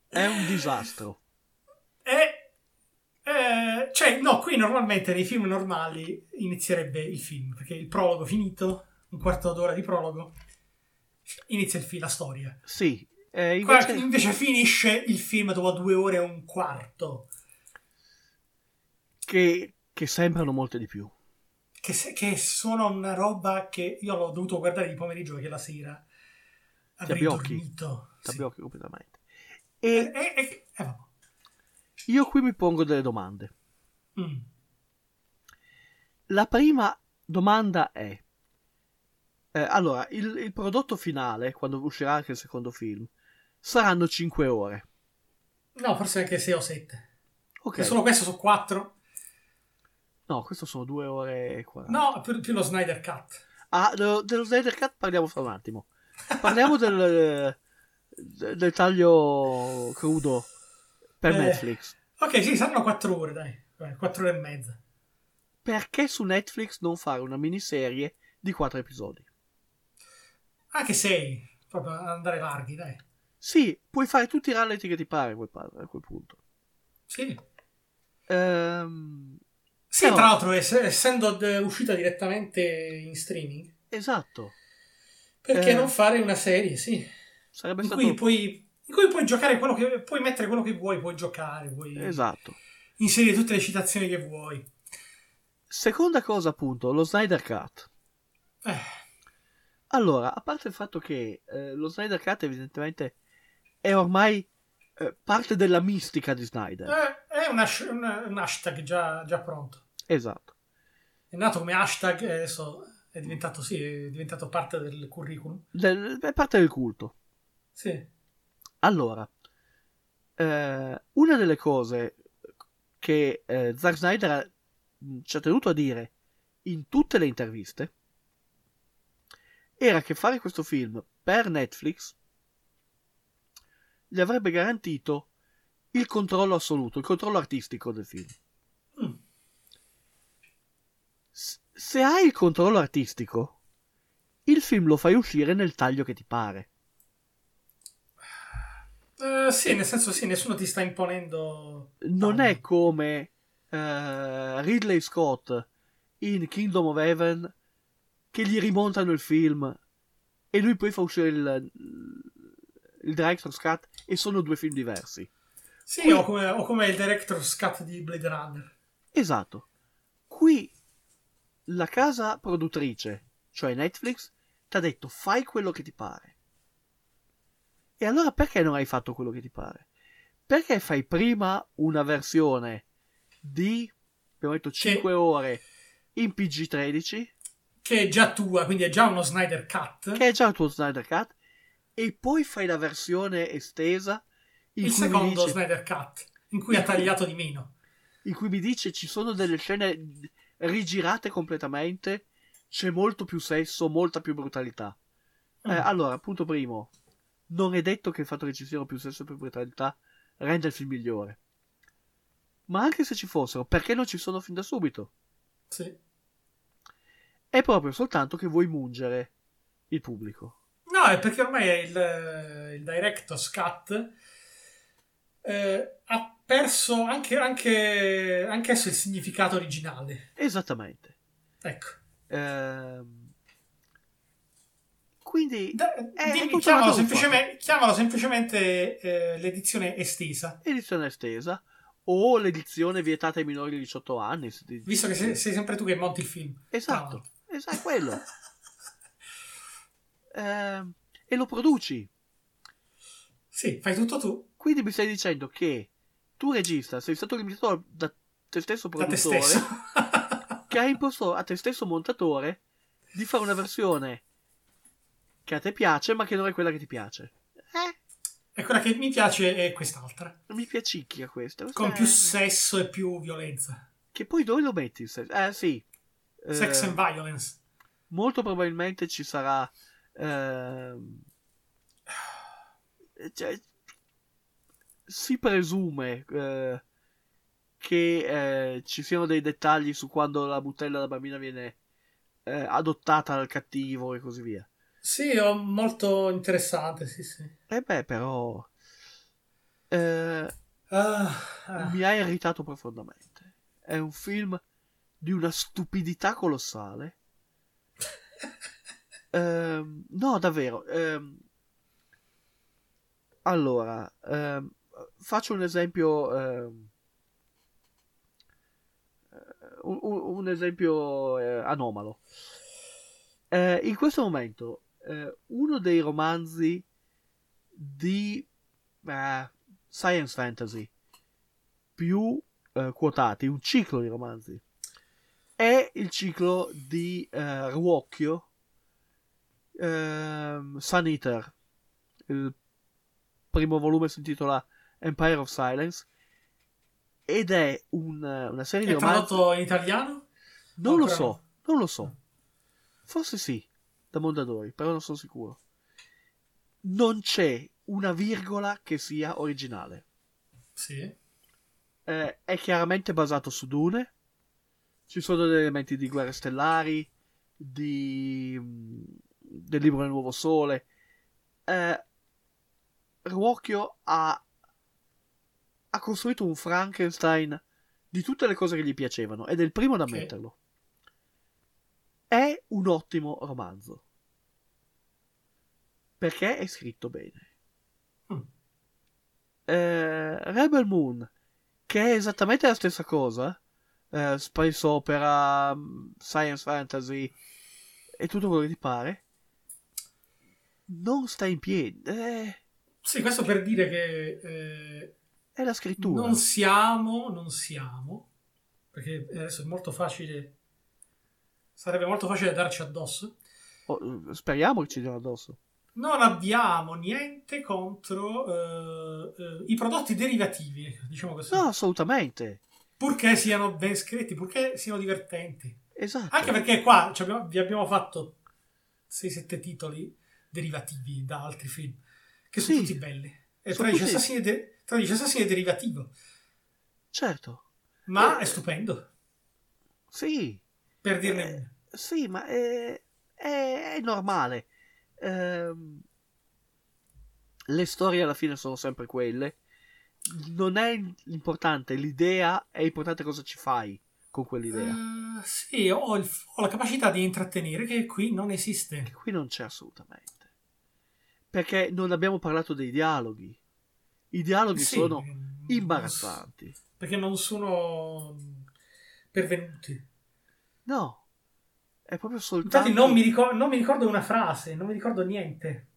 F: È un disastro.
G: e, eh, cioè, no, qui normalmente nei film normali inizierebbe il film, perché il prologo finito, un quarto d'ora di prologo, inizia il fi- la storia.
F: Sì, eh,
G: Qua
F: invece,
G: invece finisce il film dopo due ore e un quarto,
F: che, che sembrano molte di più.
G: che, se- che sono una roba che io l'ho dovuto guardare di pomeriggio perché la sera avrei
F: abbiocchi.
G: dormito. Sì.
F: Tabiocchi completamente.
G: E,
F: E
G: e- e- eh, vabbè.
F: io qui mi pongo delle domande.
G: Mm.
F: La prima domanda è: eh, allora, il, il prodotto finale, quando uscirà anche il secondo film, saranno 5 ore.
G: No, forse anche 6 o 7.
F: Ok,
G: Solo questo su 4.
F: no, questo sono 2 ore e 40.
G: No, più, più lo Snyder Cut.
F: Ah, dello, dello Snyder Cut parliamo fra un attimo. Parliamo del, de- del taglio crudo per
G: Eh.
F: Netflix.
G: Ok, sì, saranno 4 ore, dai. 4 ore e mezza.
F: Perché su Netflix non fare una miniserie di 4 episodi?
G: Anche 6. Proprio ad andare larghi, dai.
F: Sì, puoi fare tutti i rallenti che ti pare a quel pa- a quel punto.
G: Sì.
F: Ehm,
G: Sì,
F: Però-
G: tra l'altro, ess- essendo eh, uscita direttamente in streaming,
F: esatto,
G: perché
F: Eh.
G: non fare una serie, sì,
F: sarebbe
G: in
F: stato...
G: cui, puoi, in cui puoi giocare quello che puoi mettere quello che vuoi, puoi giocare, puoi
F: Esatto.
G: inserire tutte le citazioni che vuoi.
F: Seconda cosa, appunto, lo Snyder Cut.
G: Eh,
F: Allora, a parte il fatto che eh, lo Snyder Cut evidentemente è ormai eh, parte della mistica di Snyder.
G: eh, è una hash- una- un hashtag già, già pronto.
F: Esatto.
G: È nato come hashtag e adesso è diventato, sì, è diventato parte del curriculum.
F: Del- è parte del culto.
G: Sì.
F: Allora, eh, una delle cose che eh, Zack Snyder ha- mh, ci ha tenuto a dire in tutte le interviste era che fare questo film per Netflix gli avrebbe garantito il controllo assoluto, il controllo artistico del film.
G: Mm.
F: S- se hai il controllo artistico, il film lo fai uscire nel taglio che ti pare.
G: Eh, sì, nel senso sì, nessuno ti sta imponendo...
F: non
G: tanto.
F: è come eh, Ridley Scott in Kingdom of Heaven che gli rimontano il film e lui poi fa uscire il, il director's cut e sono due film diversi.
G: Sì, o come, o come il director's cut di Blade Runner.
F: Esatto. Qui la casa produttrice, cioè Netflix, ti ha detto fai quello che ti pare. E allora perché non hai fatto quello che ti pare? Perché fai prima una versione di, abbiamo detto, 5 ore in PG13,
G: Eh? Che è già tua, quindi è già uno Snyder Cut.
F: che è già il tuo Snyder Cut, e poi fai la versione estesa in
G: il
F: cui mi
G: secondo
F: dice-
G: Snyder Cut, in cui ha tagliato di meno.
F: in cui mi dice ci sono delle scene rigirate completamente, c'è molto più sesso, molta più brutalità. Eh,
G: Mm.
F: Allora, punto primo, non è detto che il fatto che ci siano più sesso e più brutalità renda il film migliore. Ma anche se ci fossero, perché non ci sono fin da subito?
G: Sì.
F: È proprio soltanto che vuoi mungere il pubblico.
G: No, è perché ormai il, il Director's Cut eh, ha perso anche, anche, anche esso il significato originale.
F: Esattamente.
G: Ecco.
F: Ehm, Quindi,
G: Da-
F: è
G: Eh, dimmi,
F: tutto
G: chiamalo,
F: una truffa.
G: semplicemente, chiamalo semplicemente eh, l'edizione estesa,
F: edizione estesa o l'edizione vietata ai minori di 18 anni. se ti-
G: visto che sei, Ah. sei sempre tu che monti il film.
F: Esatto, esatto, è quello. Ehm, e lo produci.
G: Sì, fai tutto tu.
F: Quindi mi stai dicendo che tu regista sei stato limitato da te stesso
G: da te
F: produttore
G: stesso.
F: che hai imposto a te stesso montatore di fare una versione che a te piace ma che non è quella che ti piace. Eh,
G: e quella che mi piace è quest'altra,
F: mi piacicchia questa. questa
G: con
F: è-
G: più sesso e più violenza.
F: Che poi dove lo metti? il se- Eh sì.
G: Sex
F: Ehm,
G: and violence.
F: molto probabilmente ci sarà ehm, cioè, si presume eh, che eh, ci siano dei dettagli su quando la butella della bambina viene eh, adottata dal cattivo e così via
G: Sì, ho- molto interessante, sì, sì.
F: e beh però eh,
G: Ah, ah.
F: mi ha irritato profondamente è un film di una stupidità colossale Ehm, no, davvero. ehm, allora, ehm, faccio un esempio. ehm, eh, un, un- un esempio eh, anomalo. Eh, in questo momento, eh, uno dei romanzi di eh, science fantasy più eh, quotati, un ciclo di romanzi, è il ciclo di eh, Ruocchio ehm, Sun Eater. Il primo volume si intitola Empire of Silence. Ed è un- una serie di
G: È
F: romanzi.
G: tradotto in italiano?
F: Non lo
G: ancora
F: so,
G: no?
F: non lo so. Forse sì, da Mondadori, però non sono sicuro. Non c'è una virgola che sia originale.
G: Sì.
F: Eh, è chiaramente basato su Dune. Ci sono degli elementi di guerre stellari, di, mh, del libro del nuovo sole. Eh, Ruocchio ha ha costruito un Frankenstein di tutte le cose che gli piacevano ed è il primo ad
G: Sì.
F: ammetterlo. È un ottimo romanzo. Perché è scritto bene.
G: Mm.
F: Eh, Rebel Moon, che è esattamente la stessa cosa, eh, space opera, mh, science fantasy e tutto quello che ti pare, non sta in piedi. Eh,
G: Sì, questo per dire che eh,
F: è la scrittura.
G: non siamo, non siamo, perché adesso è molto facile, sarebbe molto facile darci addosso.
F: Oh, eh, speriamo che ci diano addosso.
G: Non abbiamo niente contro eh, eh, i prodotti derivativi, diciamo così.
F: No, assolutamente.
G: Purché siano ben scritti, purché siano divertenti.
F: Esatto.
G: Anche perché qua ci abbiamo- vi abbiamo fatto 6-7 titoli derivativi da altri film, che sono
F: Sì.
G: tutti belli. E
F: Sono
G: 13
F: tutti-
G: Assassini, è de- 13 Assassini è derivativo,
F: Certo.
G: ma
F: Eh.
G: è stupendo,
F: Sì.
G: per dirne
F: Eh,
G: uno.
F: Sì, ma è, è- è normale. Ehm, le storie alla fine sono sempre quelle. Non è importante l'idea, è importante cosa ci fai con quell'idea.
G: Eh, sì, ho, il- ho la capacità di intrattenere che qui non
F: Che
G: esiste.
F: qui non c'è assolutamente. Perché non abbiamo parlato dei dialoghi. I dialoghi
G: Sì,
F: sono
G: mm,
F: imbarazzanti.
G: Perché non sono mm, pervenuti.
F: No, è proprio soltanto.
G: Infatti non mi, ricor- non mi ricordo una frase, non mi ricordo niente.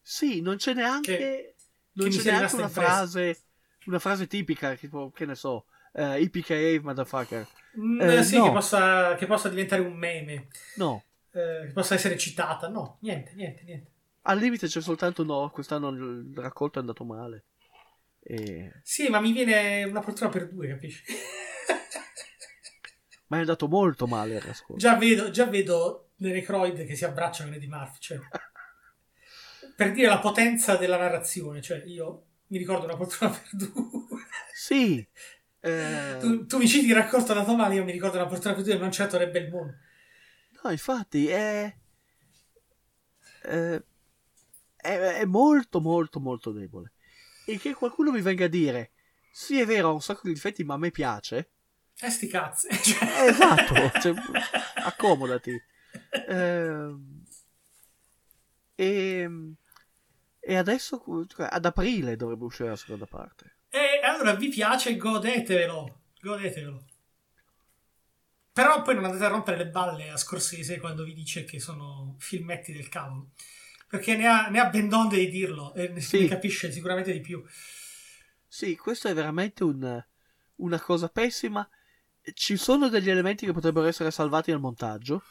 F: Sì, non c'è neanche,
G: Che-
F: non
G: che mi
F: c'è
G: sia
F: neanche
G: rimasta
F: una
G: impressa.
F: frase, una frase tipica, tipo, che ne so, eh, IPKA, motherfucker.
G: Mm,
F: Eh,
G: sì,
F: no.
G: che, possa, che possa diventare un meme,
F: No,
G: eh, che possa essere citata. No, niente, niente, niente.
F: al limite c'è soltanto no, quest'anno il raccolto è andato male. E-
G: Sì, ma mi viene una fortuna per due, capisci?
F: Ma è andato molto male il raccolto.
G: già vedo, già vedo le Necroid che si abbracciano con Eddie Murphy, cioè, per dire la potenza della narrazione, cioè io mi ricordo una fortuna per due.
F: Sì, eh,
G: Tu, tu mi citi il raccolto da domani, io mi ricordo una fortuna per due, non certo Rebel Moon.
F: no, infatti è, eh, è, è molto, molto, molto debole. E che qualcuno mi venga a dire, sì è vero, ha un sacco di difetti, ma a me piace.
G: Eh, sti cazzi.
F: Eh, esatto, cioè, accomodati. Ehm, e, e adesso cioè, ad aprile dovrebbe uscire la seconda parte.
G: E allora vi piace, godetevelo, godetevelo. Però poi non andate a rompere le balle a Scorsese quando vi dice che sono filmetti del cavolo. Perché ne ha, ne ha ben donde di dirlo e ne,
F: Sì.
G: ne capisce sicuramente di più.
F: Sì, questo è veramente un- una cosa pessima. Ci sono degli elementi che potrebbero essere salvati nel montaggio.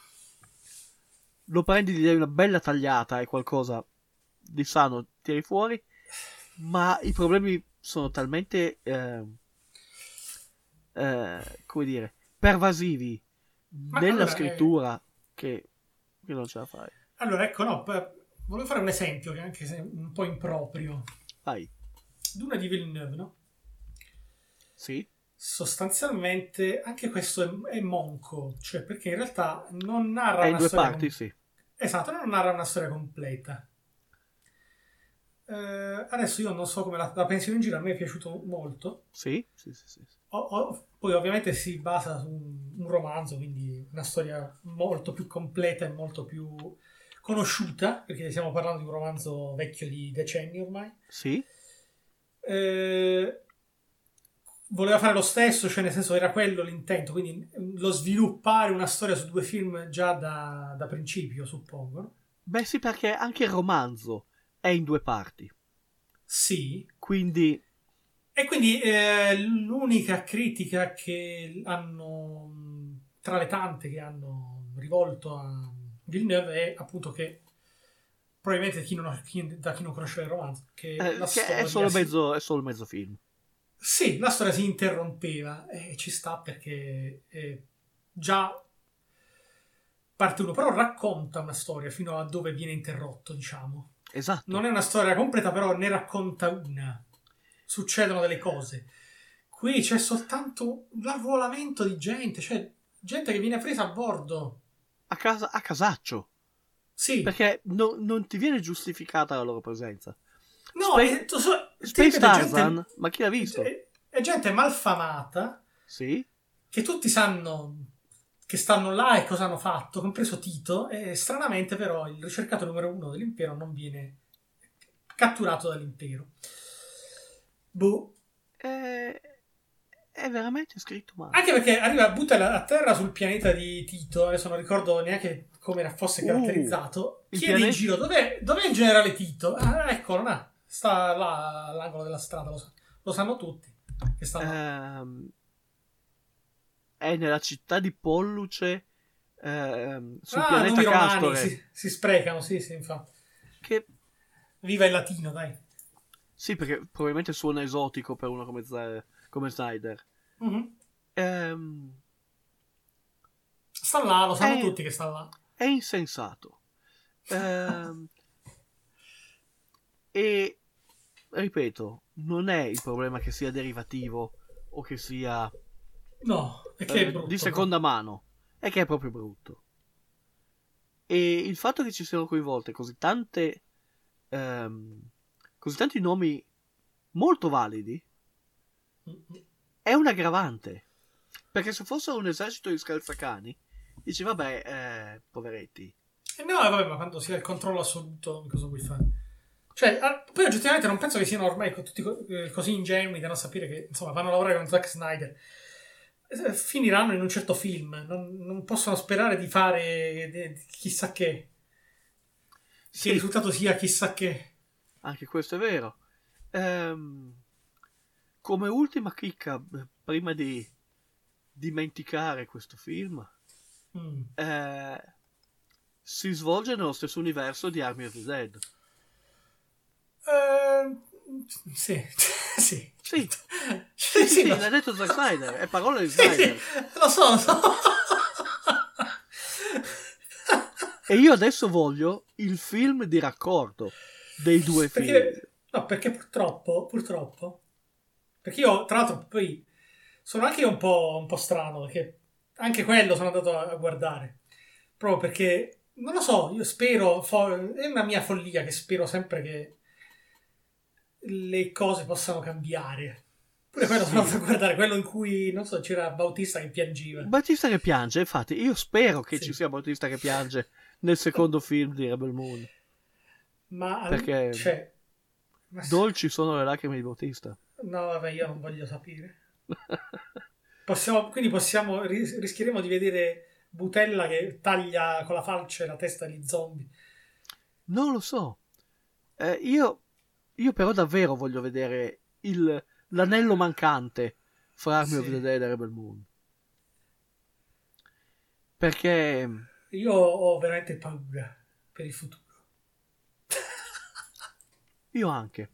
F: Lo prendi, gli dai una bella tagliata e qualcosa di sano tiri fuori. Ma i problemi sono talmente, eh, eh, come dire, pervasivi
G: Ma
F: nella
G: allora, eh,
F: scrittura che, che non ce la fai.
G: Allora, ecco, no, p- volevo fare un esempio che anche se è un po' improprio.
F: Vai,
G: Duna di Villeneuve, no?
F: sì,
G: Sostanzialmente anche questo è, è monco, cioè perché in realtà non narra
F: è in
G: una
F: due
G: storia
F: parti,
G: com-
F: sì.
G: Esatto, non narra una storia completa. Eh, adesso io non so come la, la pensione in giro, a me è piaciuto molto.
F: Sì, sì, sì, sì.
G: O- o- poi ovviamente si basa su un, un romanzo, quindi una storia molto più completa e molto più conosciuta, perché stiamo parlando di un romanzo vecchio di decenni ormai.
F: Sì,
G: Eh, voleva fare lo stesso, cioè nel senso era quello l'intento, quindi lo sviluppare una storia su due film già da, da principio, suppongo. no?
F: Beh, sì, perché anche il romanzo è in due parti.
G: Sì.
F: Quindi,
G: E quindi eh, l'unica critica che hanno, tra le tante che hanno rivolto a Villeneuve è appunto che probabilmente chi non- chi- da chi non conosceva il romanzo, che
F: eh,
G: la
F: che
G: storia
F: è, solo
G: si-
F: mezzo, è solo mezzo film.
G: Sì, la storia si interrompeva e ci sta perché eh, già parte uno, però racconta una storia fino a dove viene interrotto, diciamo.
F: Esatto.
G: Non è una storia completa, però ne racconta una. Succedono delle cose. Qui c'è soltanto l'arruolamento di gente, cioè gente che viene presa a bordo.
F: A, casa, a casaccio.
G: Sì,
F: Perché no- non ti viene giustificata la loro presenza.
G: no,
F: Space-
G: è, tu so- ti
F: Space
G: ripeto, gente-
F: Tarzan, ma chi l'ha visto?
G: Eh, È gente malfamata
F: Sì?
G: che tutti sanno che stanno là e cosa hanno fatto, compreso Tito, e stranamente però il ricercato numero uno dell'impero non viene catturato dall'impero. Boh.
F: È, è veramente scritto male.
G: Anche perché arriva, butta la- a terra sul pianeta di Tito, adesso non ricordo neanche come era- fosse
F: Uh,
G: caratterizzato,
F: il
G: chiede in
F: pianeta-
G: giro dov'è, dov'è il generale Tito? Ah, eccolo, là, sta là all'angolo della strada, lo, sa- lo sanno tutti. Che sta là.
F: Ehm, è nella città di Polluce ehm, sul
G: Ah,
F: pianeta
G: noi romani
F: Castore.
G: si, si sprecano, sì, sì, infatti.
F: Che
G: Viva il latino, dai.
F: sì, perché probabilmente suona esotico per uno come, Z- come Snyder.
G: Mhm.
F: Ehm,
G: Sta là, lo sanno
F: Eh.
G: tutti che sta là.
F: è insensato. Ehm, e ripeto, non è il problema che sia derivativo o che sia
G: No, è che
F: eh,
G: è brutto.
F: di seconda mano. È che è proprio brutto. E il fatto che ci siano coinvolte così tante. ehm, così tanti nomi molto validi
G: Mm,
F: è un aggravante. Perché se fosse un esercito di scalzacani, dici vabbè, eh, poveretti.
G: Eh no, vabbè, ma quando si ha il controllo assoluto, cosa vuoi fare? Cioè, ah, poi oggettivamente non penso che siano ormai co- tutti co- eh, così ingenui da non sapere che, insomma, vanno a lavorare con Zack Snyder. Eh, Finiranno in un certo film, non, non possono sperare di fare eh, chissà che. Che
F: Sì.
G: il risultato sia chissà che.
F: Anche questo è vero. Ehm, come ultima chicca, eh, prima di dimenticare questo film,
G: Mm.
F: eh, si svolge nello stesso universo di Army of the Dead.
G: Eh, sì, sì.
F: Sì,
G: Sì,
F: sì,
G: lo-
F: l'ha detto Zack Snyder, è parola di
G: Sì,
F: Snyder.
G: sì, lo so, lo so.
F: E io adesso voglio il film di raccordo dei due film.
G: perché, no, perché purtroppo, purtroppo, perché io tra l'altro poi sono anche io un po', un po' strano, perché anche quello sono andato a, a guardare, proprio perché, non lo so, io spero, fo- è una mia follia che spero sempre che le cose possano cambiare. Pure quello sono andato a guardare, quello in cui, non so, c'era Bautista che piangeva.
F: Battista che piange, infatti, io spero che
G: Sì.
F: ci sia Battista che piange nel secondo film di Rebel Moon.
G: Ma al-
F: Perché-
G: cioè, ma se-
F: Dolci sono le lacrime di Bautista.
G: no, vabbè, io non voglio sapere. Possiamo- quindi possiamo, ris- rischieremo di vedere Butella che taglia con la falce la testa di zombie.
F: Non lo so. Eh, io, io però davvero voglio vedere il- l'anello mancante fra Army
G: Sì.
F: of the Dead e Rebel Moon. Perché
G: Io ho veramente paura per il futuro.
F: io anche.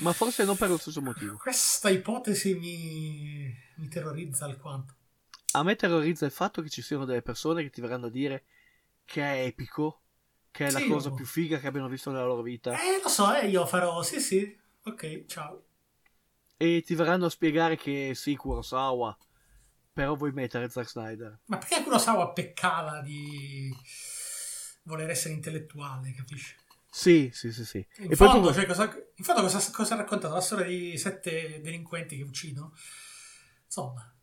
F: Ma forse non per lo stesso motivo.
G: Questa ipotesi mi, mi terrorizza alquanto.
F: A me terrorizza il fatto che ci siano delle persone che ti verranno a dire che è epico, che è la
G: Sì,
F: cosa
G: no.
F: più figa che abbiano visto nella loro vita.
G: Eh, lo so, eh, io farò, sì sì, ok, ciao.
F: E ti verranno a spiegare che sì, Kurosawa, però vuoi mettere Zack Snyder.
G: Ma perché Kurosawa peccava di voler essere intellettuale, capisci?
F: Sì, sì, sì, sì.
G: In
F: e poi
G: fondo,
F: tu-
G: cioè, cosa, in fondo cosa, cosa ha raccontato? La storia di sette delinquenti che uccidono? Insomma,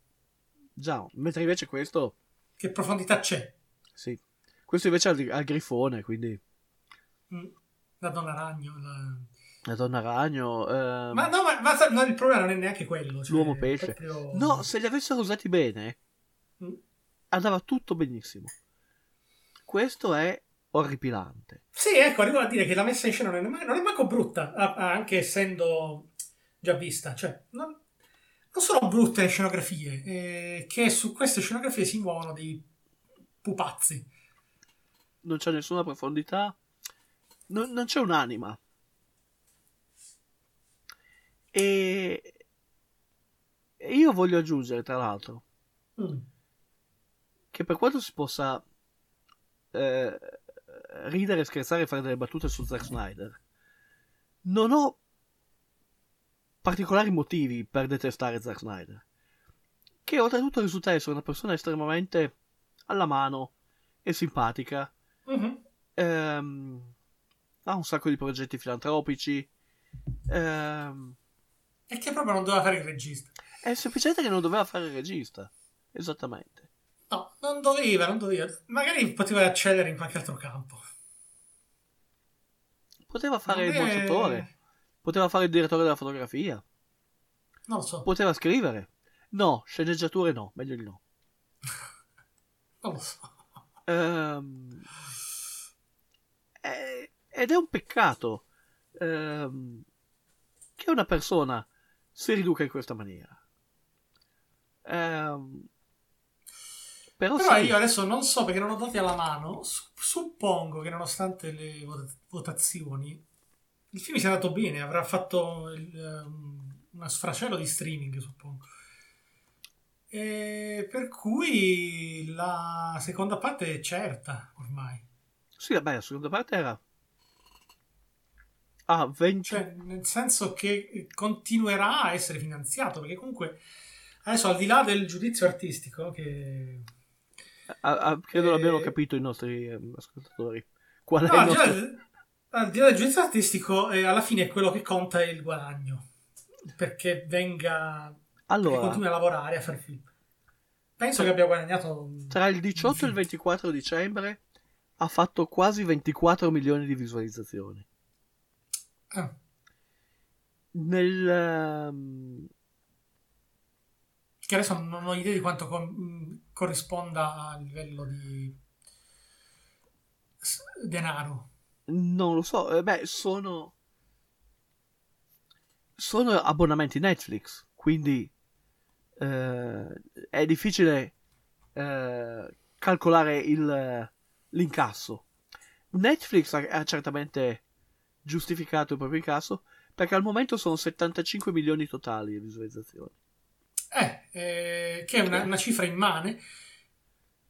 F: Già, mentre invece questo,
G: che profondità c'è?
F: sì. Questo invece al, al grifone, quindi
G: Mm, La donna ragno. la-
F: la donna ragno, ehm,
G: Ma no, ma, ma sa- no, il problema non è neanche quello. cioè,
F: l'uomo
G: è
F: pesce.
G: proprio-
F: No, se li avessero usati bene,
G: Mm.
F: andava tutto benissimo. Questo è orripilante.
G: Sì, ecco, arrivo a dire che la messa in scena non è, neanche- non è manco brutta, a- a- anche essendo già vista. Cioè, non, non sono brutte le scenografie, eh, che su queste scenografie si muovono dei pupazzi.
F: non c'è nessuna profondità, non, non c'è un'anima. E... e io voglio aggiungere, tra l'altro,
G: Mm.
F: che per quanto si possa eh, ridere, scherzare e fare delle battute su Zack Snyder, non ho particolari motivi per detestare Zack Snyder, che oltretutto risulta essere una persona estremamente alla mano e simpatica
G: Mhm.
F: ehm, ha un sacco di progetti filantropici. ehm,
G: E che proprio non doveva fare il regista.
F: È semplicemente che non doveva fare il regista. Esattamente.
G: No, non doveva, non doveva. Magari poteva accedere in qualche altro campo.
F: Poteva fare il
G: Eh,
F: montatore, poteva fare il direttore della fotografia,
G: Non lo so,
F: poteva scrivere. No, sceneggiature no, meglio di no.
G: non lo so.
F: Ehm, è- ed è un peccato ehm, che una persona si riduca in questa maniera. Ehm, però
G: Però
F: Oh, sì,
G: io adesso non so perché non ho dati alla mano. su- suppongo che nonostante le vota- votazioni, il film sia andato bene. Avrà fatto il, ehm, uno sfracello di streaming, suppongo. E per cui la seconda parte è certa ormai.
F: sì, vabbè, la seconda parte era... Ah, 20...
G: Cioè, nel senso che continuerà a essere finanziato perché comunque adesso al di là del giudizio artistico che
F: Ah, ah, credo
G: Eh,
F: l'abbiano capito i nostri ehm, ascoltatori. Qual è
G: No,
F: il
G: al di là
F: nostro...
G: del- al di là del giudizio artistico, eh, alla fine quello che conta è il guadagno. Perché venga. Allora.
F: Allora,
G: continui a lavorare a fare film. Penso che abbia guadagnato.
F: tra il 18 e il 24 dicembre ha fatto quasi 24 milioni di visualizzazioni.
G: Ah,
F: Nel... ehm,
G: che adesso non ho idea di quanto con- mh, corrisponda a livello di. s- denaro.
F: non lo so, eh, beh, sono... Sono abbonamenti Netflix, quindi eh, è difficile eh, calcolare il- l'incasso. Netflix ha, ha certamente giustificato il proprio incasso perché al momento sono 75 milioni totali di visualizzazioni.
G: Eh, eh, che è una, una cifra immane.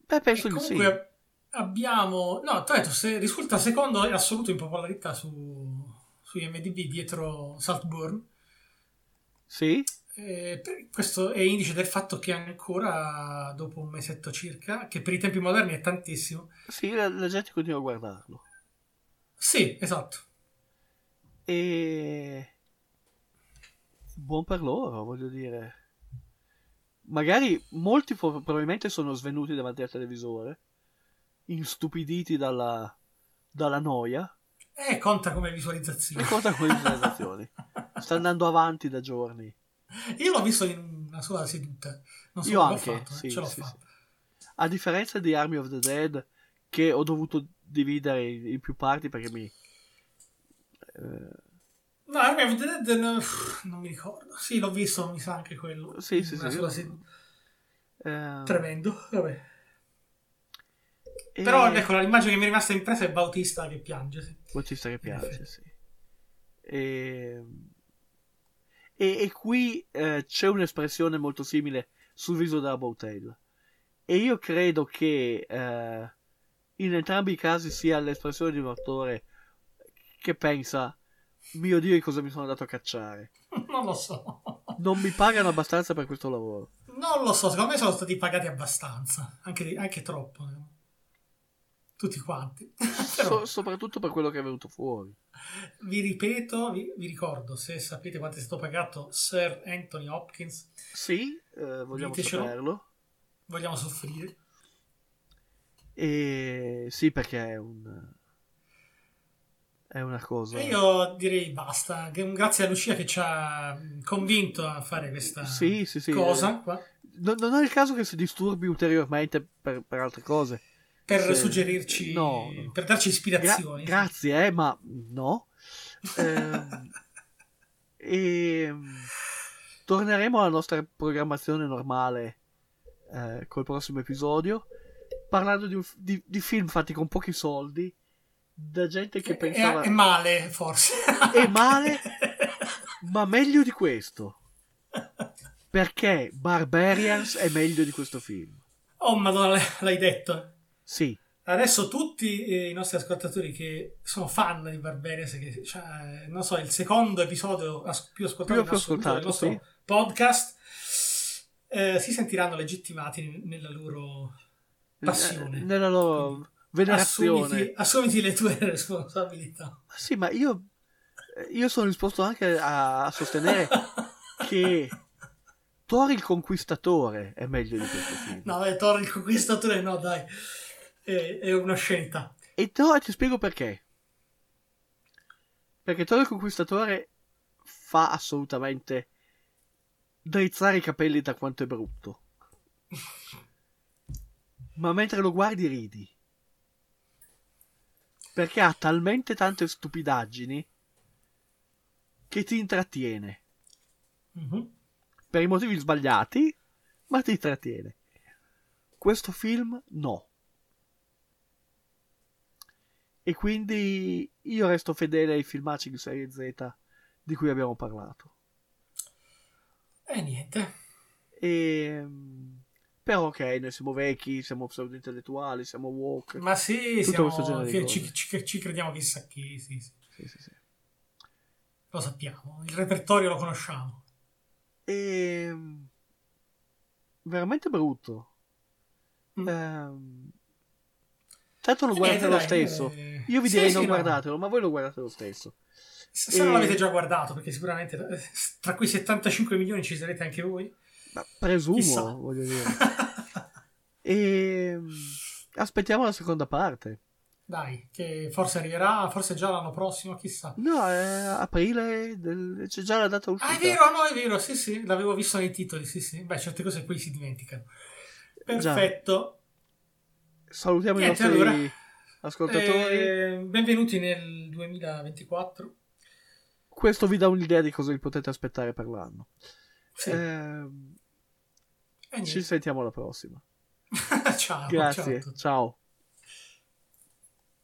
F: Beh, penso
G: E
F: di sì.
G: comunque abbiamo. No, tra l'altro, se risulta secondo in assoluto in popolarità su, su IMDb dietro Saltburn.
F: Sì?
G: Eh, per- questo è indice del fatto che ancora dopo un mesetto circa, che per i tempi moderni è tantissimo.
F: Sì, la, la gente continua a guardarlo.
G: Sì, esatto.
F: E... Buon per loro, voglio dire. Magari molti fo- probabilmente sono svenuti davanti al televisore, istupiditi dalla, dalla noia,
G: Eh, conta come
F: e
G: visualizzazione.
F: conta con le visualizzazioni. Sta andando avanti da giorni.
G: Io l'ho visto in una sola seduta. Non so
F: Io
G: come l'ho
F: anche,
G: fatto, eh,
F: sì,
G: ce l'ho
F: sì,
G: fatta.
F: A differenza di Army of the Dead, che ho dovuto dividere in, in più parti perché mi... eh,
G: No, Army of the Dead, no, pff, non mi ricordo. Sì, l'ho visto, mi sa anche quello.
F: Sì,
G: In
F: sì,
G: una
F: sì,
G: sola
F: io-
G: seduta.
F: eh,
G: Tremendo, vabbè.
F: e-
G: Però ecco, l'immagine che mi è rimasta impressa è Bautista che piange. sì.
F: Bautista che piace,
G: effetti.
F: sì. E, e- e qui eh, c'è un'espressione molto simile sul viso della Bowtail. E io credo che eh, in entrambi i casi sia l'espressione di un attore che pensa: Mio Dio, che cosa mi sono andato a cacciare?
G: Non lo so.
F: Non mi pagano abbastanza per questo lavoro.
G: Non lo so, secondo me sono stati pagati abbastanza, anche, anche troppo. eh. Tutti quanti. Però
F: So- soprattutto per quello che è venuto fuori.
G: vi ripeto, vi, vi ricordo, se sapete quanto è stato pagato Sir Anthony Hopkins,
F: Sì, eh, vogliamo
G: Ditecelo.
F: saperlo.
G: vogliamo soffrire.
F: E sì, perché è un. È una cosa.
G: E io direi basta. Che- Grazie a Lucia che ci ha mh, convinto a fare questa
F: Sì, sì, sì,
G: cosa qua,
F: No- non è il caso che si disturbi ulteriormente per, per altre cose.
G: per
F: Sì.
G: suggerirci,
F: No, no.
G: per darci
F: Gra-
G: ispirazioni.
F: grazie, eh, ma no. Ehm, ehm, torneremo alla nostra programmazione normale eh, col prossimo episodio. Parlando di, un f- di- di film fatti con pochi soldi, da gente che
G: È-
F: pensava.
G: Eh, è male, forse.
F: È male? Ma meglio di questo. Perché Barbarians è meglio di questo film.
G: Oh, madonna, l'hai detto.
F: Sì,
G: Adesso tutti eh, i nostri ascoltatori che sono fan di Barbarians, che cioè, eh, non so, il secondo episodio as- più ascoltato,
F: Più
G: in assoluto del
F: ascoltato,
G: nostro podcast, eh, si sentiranno legittimati n- nella loro passione.
F: Eh, nella loro venerazione.
G: assumiti, assumiti le tue responsabilità.
F: Sì, ma io, io sono disposto anche a, a sostenere Cioè, che Thor il Conquistatore è meglio di questo film.
G: No, è Thor il conquistatore, no, dai. È, è una scelta.
F: E Thor ti spiego perché. Perché Thor il Conquistatore fa assolutamente drizzare i capelli da quanto è brutto. Ma mentre lo guardi ridi. Perché ha talmente tante stupidaggini che ti intrattiene.
G: Mhm.
F: Per i motivi sbagliati, ma ti intrattiene. Questo film no. E quindi io resto fedele ai filmacci di serie Z di cui abbiamo parlato.
G: E niente.
F: E, mm, però ok, noi siamo vecchi, siamo pseudo-intellettuali, siamo woke.
G: Ma sì,
F: Tutto
G: siamo-
F: questo genere di
G: che- ci,
F: cose.
G: ci- ci crediamo chissà chi, sì, sì.
F: Sì, sì, sì.
G: Lo sappiamo, il repertorio lo conosciamo.
F: E, mm, veramente brutto.
G: Mm.
F: Ehm, certo lo
G: E
F: guardate
G: niente,
F: lo
G: dai,
F: stesso.
G: eh,
F: Io vi
G: sì,
F: direi
G: sì,
F: non
G: no.
F: guardatelo, ma voi lo guardate lo stesso.
G: Se se non
F: E-
G: l'avete già guardato, perché sicuramente eh, tra quei 75 milioni ci sarete anche voi.
F: Ma presumo,
G: Chissà.
F: voglio dire. E, mm, aspettiamo la seconda parte.
G: Dai, che forse arriverà, forse già l'anno prossimo, chissà.
F: No, è aprile, del- c'è già la data uscita.
G: Ah, è vero, no, è vero, sì, sì, l'avevo visto nei titoli, sì, sì. Beh, certe cose poi si dimenticano.
F: Già.
G: Perfetto.
F: Salutiamo
G: Niente,
F: i nostri
G: allora.
F: ascoltatori.
G: Eh, benvenuti nel 2024.
F: Questo vi dà un'idea di cosa vi potete aspettare per l'anno.
G: Sì,
F: Ehm,
G: e niente.
F: ci sentiamo alla prossima.
G: Ah, ciao, ciao a
F: Grazie,
G: tutti.
F: ciao.